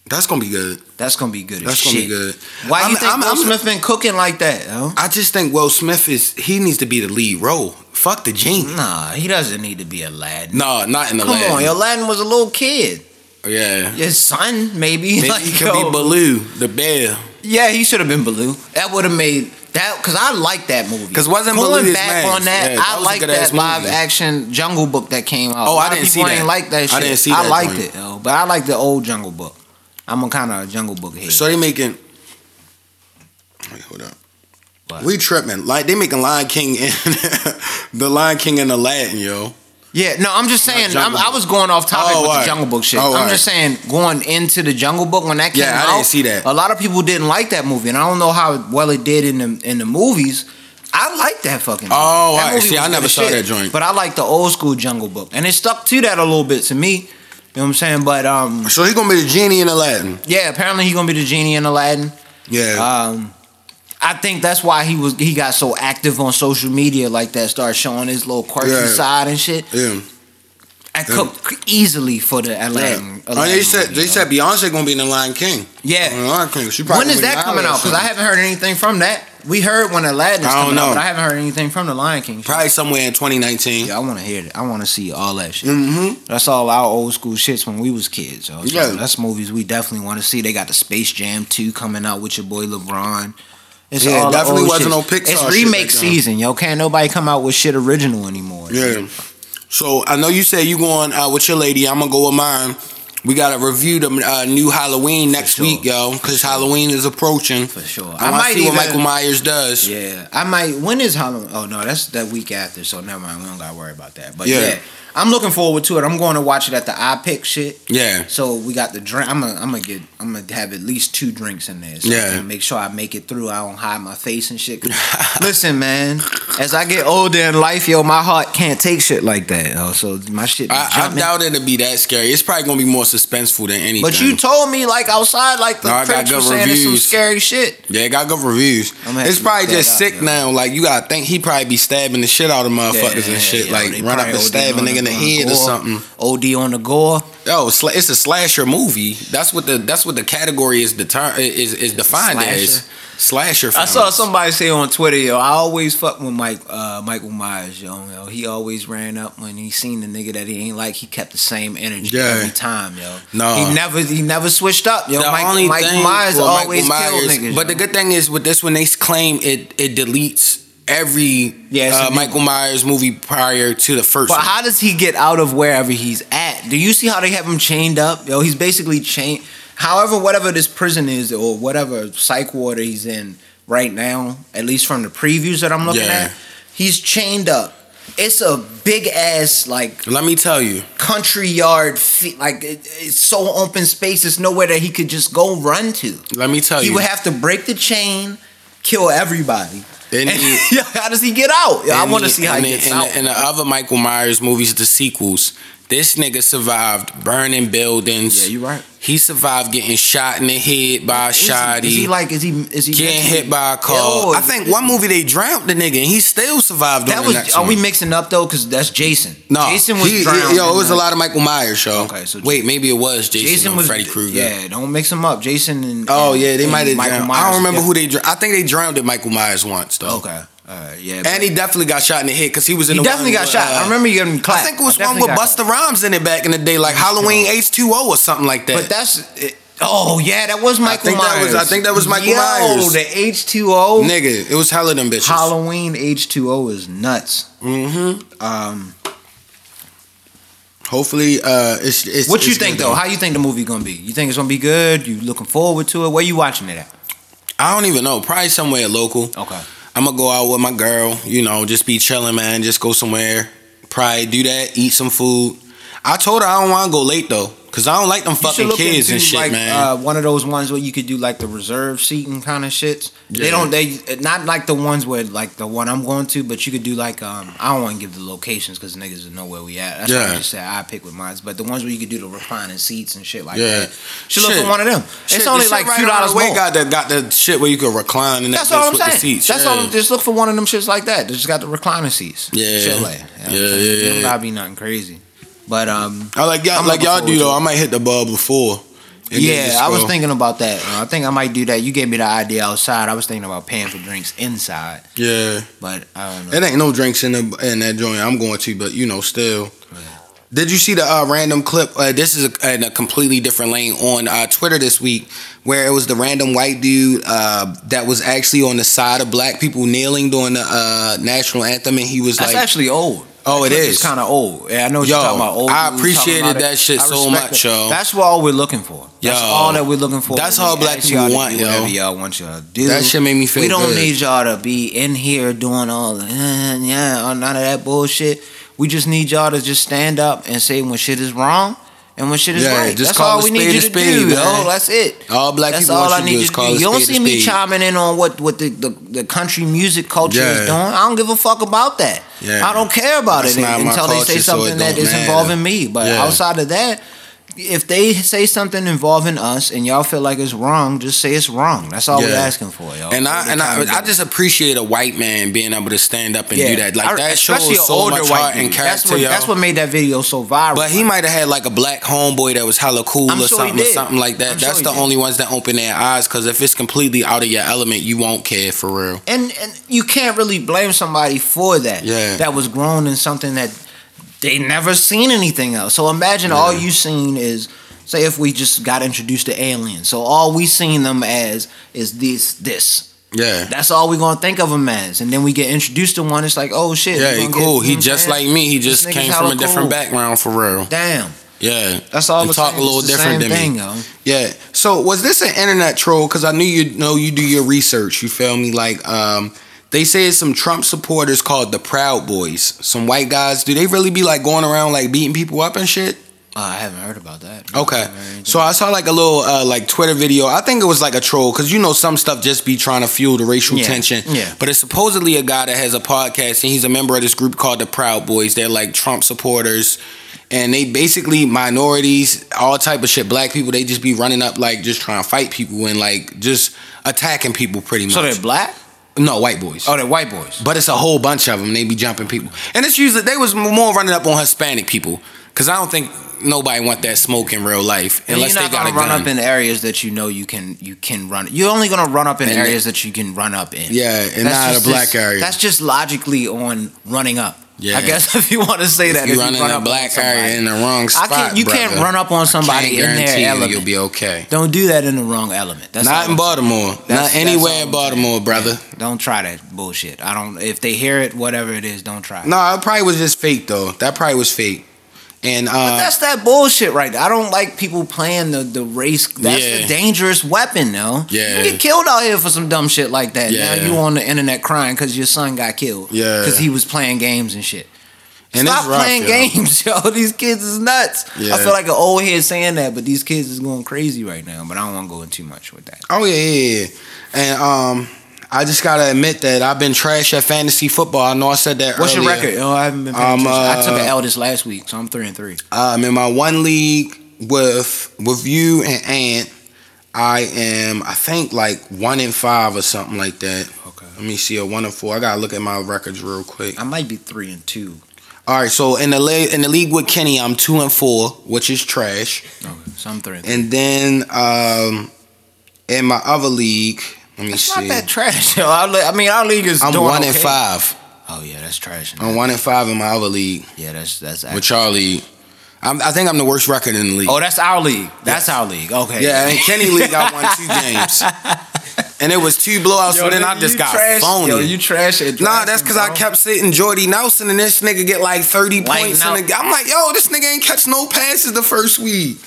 C: That's gonna be good.
B: that's gonna be good.
C: That's
B: as
C: gonna
B: shit.
C: be good.
B: Why
C: I'm-
B: you think
C: I'm-
B: Will
C: I'm-
B: Smith been cooking like that? Yo?
C: I just think Will Smith is he needs to be the lead role. Fuck the genie.
B: Nah, he doesn't need to be Aladdin.
C: No, not in
B: Mm. Come
C: Aladdin.
B: on, Aladdin was a little kid.
C: Yeah.
B: His son, maybe.
C: Maybe
B: like,
C: he could
B: yo.
C: be Baloo, the bear.
B: Yeah, he should have been Baloo. That would have made that because I like that movie.
C: 'Cause wasn't
B: going
C: Baloo his
B: back
C: man?
B: on that?
C: Yeah, that
B: I
C: was a
B: like
C: good-ass
B: that live
C: movie.
B: action Jungle Book that came out. A
C: Oh,
B: lot
C: I
B: of
C: didn't see
B: people
C: that.
B: ain't like that
C: I
B: shit.
C: didn't see
B: I
C: that
B: liked
C: joint.
B: it though, but I like the old Jungle Book. I'm a kind of a Jungle Book head.
C: So they making. Wait, hold up.
B: What?
C: We tripping like they making Lion King and the Lion King and Aladdin, yo.
B: Yeah, no, I'm just saying. I'm,
C: Jungle
B: I
C: Book.
B: was going off topic
C: Oh,
B: with the
C: alright.
B: Jungle Book shit.
C: Oh,
B: I'm
C: alright.
B: just saying, going into the Jungle Book when that came
C: Yeah, I
B: out,
C: didn't see that.
B: A lot of people didn't like that movie, and I don't know how well it did in the in the movies. I like that fucking. Movie.
C: Oh,
B: That
C: alright.
B: movie
C: See,
B: was
C: I
B: good
C: never
B: as
C: saw that joint.
B: but I like the old school Jungle Book, and it stuck to that a little bit to me. You know what I'm saying? But um,
C: So he gonna be the genie in Aladdin.
B: yeah, apparently he's gonna be the genie in Aladdin.
C: Yeah.
B: Um, I think that's why he was he got so active on social media like that, started showing his little quirky
C: Yeah.
B: side and shit.
C: yeah.
B: And cooked easily for the
C: Yeah.
B: Aladdin.
C: Oh, they
B: Aladdin
C: said
B: movie,
C: they
B: though.
C: said Beyonce gonna be in the Lion King. In the
B: yeah.
C: Lion King. She probably
B: When is
C: gonna be
B: that
C: in
B: coming out?
C: Aladdin or
B: Because I
C: something.
B: haven't heard anything from that. We heard when Aladdin's
C: I don't
B: coming out,
C: know.
B: but I haven't heard anything from the Lion King.
C: probably somewhere in 2019.
B: Yeah, I want to hear it. I want to see all that shit.
C: Mm-hmm.
B: That's all our old school shits when we was kids. Yo. So
C: Yeah.
B: That's movies we definitely want to see. They got the Space Jam 2 coming out with your boy LeBron. It's
C: Yeah, it
B: all the
C: definitely
B: old
C: wasn't
B: shit.
C: no Pixar
B: It's
C: shit
B: remake
C: back then.
B: season, yo. Can't nobody come out with shit original anymore.
C: Yeah. So I know you said you going uh, with your lady. I'm gonna go with mine. We gotta review the uh, new Halloween next
B: sure.
C: week, yo, because Halloween is approaching.
B: For sure.
C: Oh, I,
B: I
C: want to
B: might
C: see what
B: even-
C: Michael Myers does.
B: Yeah, I might. When is Halloween? Oh no, that's that week after. So never mind. We don't gotta worry about that. But
C: Yeah.
B: yeah, I'm looking forward to it. I'm going to watch it at the iPic shit.
C: Yeah.
B: So we got the drink. I'm gonna, I'm gonna get. I'm gonna have at least two drinks in there. So
C: Yeah.
B: I can make sure I make it through. I don't hide my face and shit. 'Cause Listen, man. As I get older in life, yo, my heart can't take shit like that. Yo. So my shit. be
C: I, I
B: jumping.
C: doubt it'll be that scary. It's probably gonna be more suspenseful than anything.
B: But you told me like outside, like the
C: No, I got
B: critics were
C: good
B: saying it's some
C: reviews.
B: scary shit.
C: yeah, it got good reviews.
B: I'm gonna have
C: It's
B: to
C: probably
B: look that
C: just
B: up,
C: sick
B: yo.
C: now. Like you gotta think he probably be stabbing the shit out of motherfuckers
B: Yeah,
C: and shit.
B: yo,
C: like
B: they
C: run up
B: probably
C: and stab a
B: OD'd
C: nigga in the
B: on the
C: head or
B: gore.
C: something.
B: OD on the gore.
C: Oh, sla- it's a slasher movie. That's what the that's what the category is deter- is is defined as slasher.
B: I
C: films.
B: saw somebody say on Twitter, yo, I always fuck with Mike uh, Michael Myers, yo, yo. He always ran up when he seen the nigga that he ain't like. He kept the same energy
C: Yeah.
B: every time, yo.
C: Nah.
B: he never he never switched up, yo. Mike, Michael Myers
C: well, Michael
B: always killed
C: Myers-
B: niggas.
C: But
B: yo.
C: the good thing is with this one, they claim it it deletes every
B: Yeah, it's a
C: uh,
B: new
C: Michael Myers movie prior to the first.
B: but
C: one.
B: how does he get out of wherever he's at? Do you see how they have him chained up? Yo, he's basically chained. However, whatever this prison is or whatever psych ward he's in right now, at least from the previews that I'm looking
C: Yeah.
B: at, he's chained up. It's a big ass like
C: Let me tell you,
B: country yard fe like it, it's so open space it's nowhere that he could just go run to
C: let me tell
B: he
C: you,
B: would have to break the chain kill everybody
C: They
B: and
C: need-
B: yo, how does he get out yo, i
C: And
B: want to
C: the-
B: see how
C: and
B: he
C: the-
B: gets
C: and
B: out
C: The, and uh, the other Michael Myers movies, the sequels, this nigga survived burning buildings.
B: Yeah, you right.
C: He survived getting shot in the head by a
B: Is he-
C: shoddy.
B: is he like is he is he
C: getting hit by a car.
B: Yo,
C: I think one movie they drowned the nigga and he still survived.
B: that
C: on
B: was
C: the next
B: are we
C: one.
B: mixing up though because that's jason
C: No,
B: jason was
C: he- he-
B: drowned
C: yo,
B: in
C: it was
B: the-
C: a lot of Michael Myers, yo.
B: Okay, so-
C: wait, maybe it was Jason, and Freddy Krueger.
B: yeah don't mix them up jason and
C: Oh
B: and-
C: yeah, they
B: and
C: might have.
B: Michael
C: drowned. I
B: Myers
C: don't remember
B: together.
C: who they. Dr- I think they drowned at Michael Myers once though.
B: okay all right yeah but-
C: And he definitely got shot in the head because he was in
B: he
C: the
B: definitely
C: one
B: got
C: with,
B: shot
C: uh,
B: i remember you getting clapped
C: I think it was one
B: definitely
C: with
B: got clapped.
C: Buster Rhymes in it back in the day, like Halloween H2O or something like that.
B: But that's it, oh yeah, that was Michael
C: think that
B: Myers.
C: was- I think that was Michael
B: Yo,
C: Myers.
B: the H two O
C: nigga, it was hella them bitches.
B: Halloween H two O is nuts.
C: mm-hmm.
B: Um,
C: Hopefully, uh, it's, it's
B: what you
C: it's
B: think
C: gonna
B: though?
C: be-
B: How you think the movie gonna be? You think it's gonna be good? You looking forward to it? Where you watching it at?
C: I don't even know. Probably somewhere local.
B: Okay.
C: I'm gonna go out with my girl. You know, just be chilling, man. Just go somewhere. Probably do that. Eat some food. I told her I don't want to go late though, cause I don't like them
B: You should
C: fucking
B: look
C: kids and
B: into,
C: shit,
B: like,
C: man.
B: Uh, one of those ones where you could do like the reserve seating kind of shits. They
C: Yeah.
B: don't. They not like the ones where like the one I'm going to, but you could do like um. I don't want to give the locations because niggas will know where we at. That's why
C: Yeah.
B: I just said I pick with mines. But the ones where you could do the reclining seats and shit like
C: Yeah.
B: that. Should look
C: Shit.
B: for one of them.
C: Shit,
B: it's
C: the
B: only
C: shit
B: like
C: right
B: two
C: around
B: dollars
C: the way
B: more.
C: Got that got that shit where you can recline and that
B: That's all
C: bitch
B: I'm
C: with
B: saying.
C: the seats.
B: That's
C: yeah.
B: all. Just look for one of them shits like that. Just got the reclining seats.
C: Yeah.
B: Shit like.
C: Yeah,
B: what I'm saying?
C: yeah,
B: It don't
C: yeah.
B: gotta be nothing crazy. But um.
C: I like y'all
B: I'm
C: like
B: looking
C: y'all
B: forward
C: do
B: to
C: though.
B: it.
C: I might hit the bar before. and then
B: Yeah,
C: just
B: I was
C: go.
B: thinking about that. Uh, I think I might do that. You gave me the idea outside. I was thinking about paying for drinks inside,
C: Yeah,
B: but I don't know.
C: it ain't no drinks in the in that joint. I'm going to, but you know, still. Did you see the uh, random clip? Uh, this is a, in a completely different lane on uh, Twitter this week, where it was the random white dude uh, that was actually on the side of black people kneeling during the uh, national anthem, and he was
B: That's
C: like,
B: actually old.
C: "Oh, it is."
B: It's kind of old. Yeah, I know what
C: Yo,
B: you're talking about. Old
C: I
B: dudes talking
C: appreciated
B: about it.
C: that shit
B: I
C: so
B: respect
C: much,
B: that.
C: yo.
B: That's what all we're looking for. That's
C: Yo.
B: all that we're looking for.
C: That's
B: when
C: all
B: we
C: black
B: ask
C: people
B: y'all to
C: want,
B: do
C: yo.
B: Whatever y'all want y'all to do.
C: That shit made me feel
B: We don't
C: good.
B: need y'all to be in here doing all the, eh, yeah, or none of that bullshit. We just need y'all to just stand up and say when shit is wrong and when shit is
C: Yeah,
B: right.
C: just
B: that's
C: call
B: all
C: a
B: we need you
C: spade a
B: to
C: spade,
B: do,
C: man.
B: yo. That's it.
C: All black
B: That's
C: people
B: all
C: want
B: I
C: you to
B: need
C: do
B: you
C: is
B: to
C: call
B: do.
C: a
B: You don't
C: spade a
B: see me
C: spade.
B: chiming in on what what the, the, the country music culture is
C: Yeah.
B: doing. I don't give a fuck about that.
C: Yeah.
B: I don't care about
C: That's
B: it
C: not my
B: until they say
C: culture, so it
B: something that
C: don't
B: is
C: matter.
B: involving me. But
C: Yeah.
B: outside of that, if they say something involving us and y'all feel like it's wrong, just say it's wrong. That's all we're
C: Yeah.
B: asking for, y'all.
C: And I and I, I just appreciate a white man being able to stand up and do that. Like
B: I-
C: that
B: especially
C: shows
B: an
C: so much
B: white
C: heart and
B: dude.
C: character,
B: That's what,
C: y'all.
B: that's what made that video so viral.
C: But he might have had like a black homeboy that was hella cool
B: I'm
C: or
B: sure he
C: something or
B: did.
C: something like that.
B: I'm sure
C: That's
B: he
C: the
B: did.
C: only ones that open their eyes because if it's completely out of your element, you won't care for real.
B: and and you can't really blame somebody for that.
C: Yeah.
B: that was grown in something that they never seen anything else. So imagine all you seen is. Say if we just got introduced to aliens, so all we seen them as is this, this.
C: Yeah.
B: That's all we gonna think of them as, and then we get introduced to one. It's like, oh shit,
C: Yeah,
B: we
C: he
B: gonna get-
C: cool.
B: you
C: He
B: know what
C: just
B: I'm
C: like
B: saying?
C: me. He just
B: This
C: came
B: nigga's
C: from a
B: hella
C: different
B: cool.
C: background for real.
B: Damn,
C: Yeah.
B: that's all.
C: And
B: I'm
C: talk
B: saying.
C: a little
B: It's the
C: different
B: same
C: than
B: thing,
C: me.
B: yo.
C: Yeah. So was this an internet troll? Because I knew you know you do your research. You feel me? Like um, they say it's some Trump supporters called the Proud Boys. Some white guys. Do they really be like going around like beating people up and shit?
B: Uh, I haven't heard about that.
C: Okay.
B: Never heard
C: So I saw like a little uh, like Twitter video. I think it was like a troll because you know some stuff just be trying to fuel the racial
B: Yeah.
C: tension.
B: Yeah.
C: But it's supposedly a guy that has a podcast and he's a member of this group called the Proud Boys. They're like Trump supporters. And they basically minorities, all type of shit. Black people, they just be running up like just trying to fight people and like just attacking people pretty much.
B: So they're black.
C: no white boys.
B: Oh, they're white boys.
C: But it's a whole bunch of them. They be jumping people, and it's usually they was more running up on Hispanic people because I don't think nobody want that smoke in real life
B: And
C: unless
B: you're
C: they
B: not
C: got a
B: gonna run
C: gun.
B: up in areas that you know you can you can run. You're only gonna run up in
C: And-
B: areas that you can run up in.
C: yeah, and
B: That's
C: not a
B: just-
C: black area.
B: That's just logically on running up.
C: Yeah.
B: I guess if you want to say that,
C: you
B: if
C: run in
B: run
C: a
B: up on
C: black
B: somebody.
C: area in the wrong
B: I
C: spot.
B: can't. You can't
C: brother.
B: run up on somebody
C: Can't
B: in
C: guarantee
B: their
C: you
B: element.
C: You'll be okay.
B: Don't do that in the wrong element. That's
C: Not
B: all
C: in
B: I'm
C: Baltimore.
B: That's-
C: Not
B: that's
C: anywhere
B: all
C: in
B: I'm saying.
C: Baltimore, brother.
B: saying. Don't try that bullshit. I don't. If they hear it, whatever it is, don't try. it.
C: No, it probably was just fake though. That probably was fake. And uh,
B: But that's that bullshit right there. I don't like people playing the, the race. That's
C: Yeah.
B: a dangerous weapon, though.
C: Yeah.
B: You get killed out here for some dumb shit like that.
C: Yeah.
B: Now you on the internet crying because your son got killed.
C: Yeah.
B: Because he was playing games and shit.
C: and
B: Stop
C: it's rough,
B: playing
C: yo.
B: games, yo. These kids is nuts.
C: Yeah.
B: I feel like an old head saying that, but these kids is going crazy right now. But I don't want to go in too much with that.
C: Oh yeah, yeah, yeah. And um, I just gotta admit that I've been trash at fantasy football. I know I said that.
B: What's your
C: earlier.
B: record? Oh, I haven't been paying
C: Um,
B: attention. I took
C: uh,
B: an L this last week, so I'm three and three.
C: Um, in my one league with with you and Ant, I am I think like one in five or something like that.
B: Okay.
C: Let me see a one in four. I gotta look at my records real quick.
B: I might be three and two.
C: All right, so in the la- in the league with Kenny, I'm two and four, which is trash.
B: Okay. So I'm three and three.
C: And then um, in my other league, let me
B: It's
C: see.
B: not that trash, yo. Our le- I mean, our league is
C: I'm
B: doing
C: one in
B: okay.
C: five.
B: Oh yeah, that's trash.
C: I'm one in five in my other league.
B: Yeah, that's that's.
C: with Charlie. I'm, I think I'm the worst record in the league.
B: oh, that's our league. That's our league. Okay.
C: yeah, in Kenny League, I won two games, and it was two blowouts. so then I just got phony.
B: Yo, you trash it.
C: nah, that's because I kept sitting Jordy Nelson, and this nigga get like thirty
B: Lighten
C: points.
B: up.
C: In the, I'm like, yo, this nigga ain't catch no passes the first week.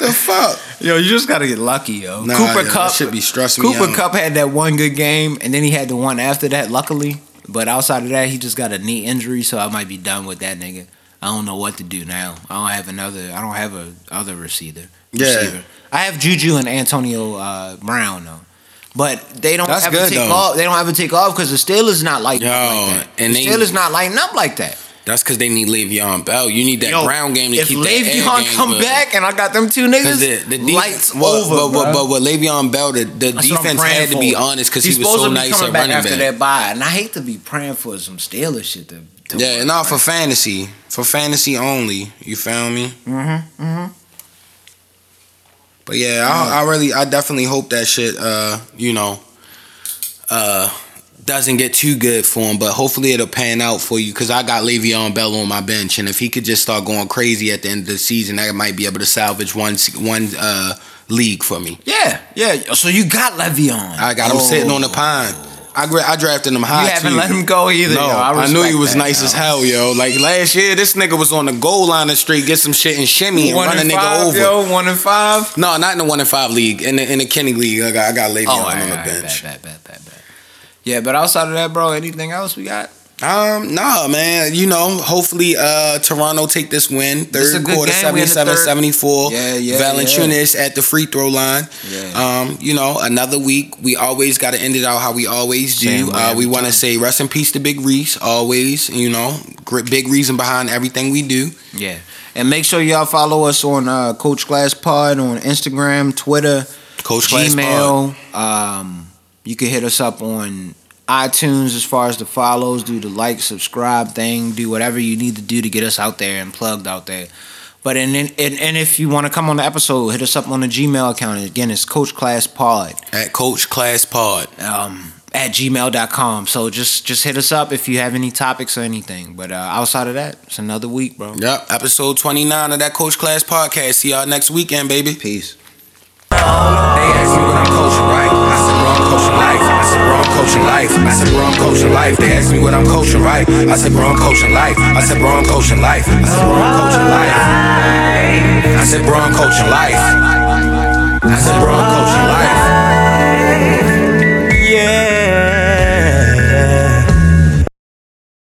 C: The fuck?
B: Yo, you just gotta get lucky, yo.
C: Nah,
B: Cooper
C: yo, that
B: Cup
C: shit be stressing me
B: Cooper
C: out.
B: Cup had that one good game, and then he had the one after that. Luckily, but outside of that, he just got a knee injury, so I might be done with that nigga. I don't know what to do now. I don't have another. I don't have a other receiver.
C: Yeah.
B: Receiver. I have Juju and Antonio uh, Brown though, but they don't
C: That's
B: ever
C: good,
B: take
C: though.
B: off. They don't ever take off because the Steelers not lighting up
C: Yo,
B: like that.
C: and
B: the
C: they-
B: Steelers not lighting up like that.
C: That's because they need Le'Veon Bell. You need that
B: Yo,
C: ground game to
B: if
C: keep that air
B: Le'Veon
C: game
B: come
C: good.
B: back and I got them two
C: Cause
B: niggas,
C: the, the defense,
B: lights
C: well,
B: over.
C: but,
B: bruh.
C: but, but with Le'Veon Bell, the, the
B: That's what I'm
C: defense
B: praying
C: had to
B: for.
C: be honest because
B: He's
C: he was
B: supposed
C: so
B: to be
C: nice
B: coming
C: at
B: back
C: running
B: after
C: back.
B: that bye, and I hate to be praying for some Steelers shit. To, to
C: Yeah, not for fantasy. For fantasy only. You found me?
B: Mm-hmm. Mm-hmm.
C: But yeah, I, I really, I definitely hope that shit, uh, you know, uh, doesn't get too good for him. But hopefully it'll pan out for you because I got Le'Veon Bell on my bench, and if he could just start going crazy at the end of the season, I might be able to salvage one se- one uh, league for me.
B: Yeah, yeah. So you got Le'Veon. Oh.
C: I got him sitting on the pine. I gra- I drafted him
B: You
C: high.
B: haven't
C: too.
B: let him go either.
C: No,
B: yo.
C: I, knew he
B: respect
C: was
B: that,
C: nice
B: yo.
C: as hell, yo. Like last year, this nigga was on the goal line of the street, get some shit and shimmy and
B: One
C: run a
B: and
C: nigga
B: five,
C: over.
B: yo. One and five.
C: No, not in the one in five league. In the in the Kenny league, I got I got Le'Veon
B: Oh, all right, all
C: on the
B: right,
C: bench.
B: bet, bet, bet, bet, bet. Yeah, but outside of that, bro, anything else we got?
C: Um, nah, man. You know, hopefully uh Toronto take this win.
B: This a
C: Third
B: good
C: quarter,
B: game. We in the
C: 77-74.
B: Yeah, yeah,
C: Valanciunas at the free throw line.
B: Yeah.
C: Um, you know, another week. We always gotta end it out how we always do.
B: Same way
C: uh, we
B: every
C: wanna say rest in peace to Big Reese, always, you know. gr- Big reason behind everything we do.
B: Yeah. And make sure y'all follow us on uh, Coach Class Pod on Instagram, Twitter,
C: Coach Class Pod.
B: Gmail. Um, you can hit us up on iTunes as far as the follows. Do the like, subscribe thing. Do whatever you need to do to get us out there and plugged out there. But and and, and and if you want to come on the episode, hit us up on the Gmail account. Again, it's Coach Class Pod
C: At Coach Class Pod.
B: um, at gmail.com. So just just hit us up if you have any topics or anything. But uh, outside of that, it's another week, bro.
C: Yep. Episode 29 of that Coach Class Podcast. See y'all next weekend, baby.
B: Peace.
A: They ask me what I'm coaching, right? I said, bro, I'm coaching life. I said, bro, I'm coaching life. I said, bro, I'm coaching life. They ask me what I'm coaching, right? I said, bro, I'm coaching life. I said, bro, I'm coaching life. I said, bro, I'm coaching life. I said, bro, I'm coaching life.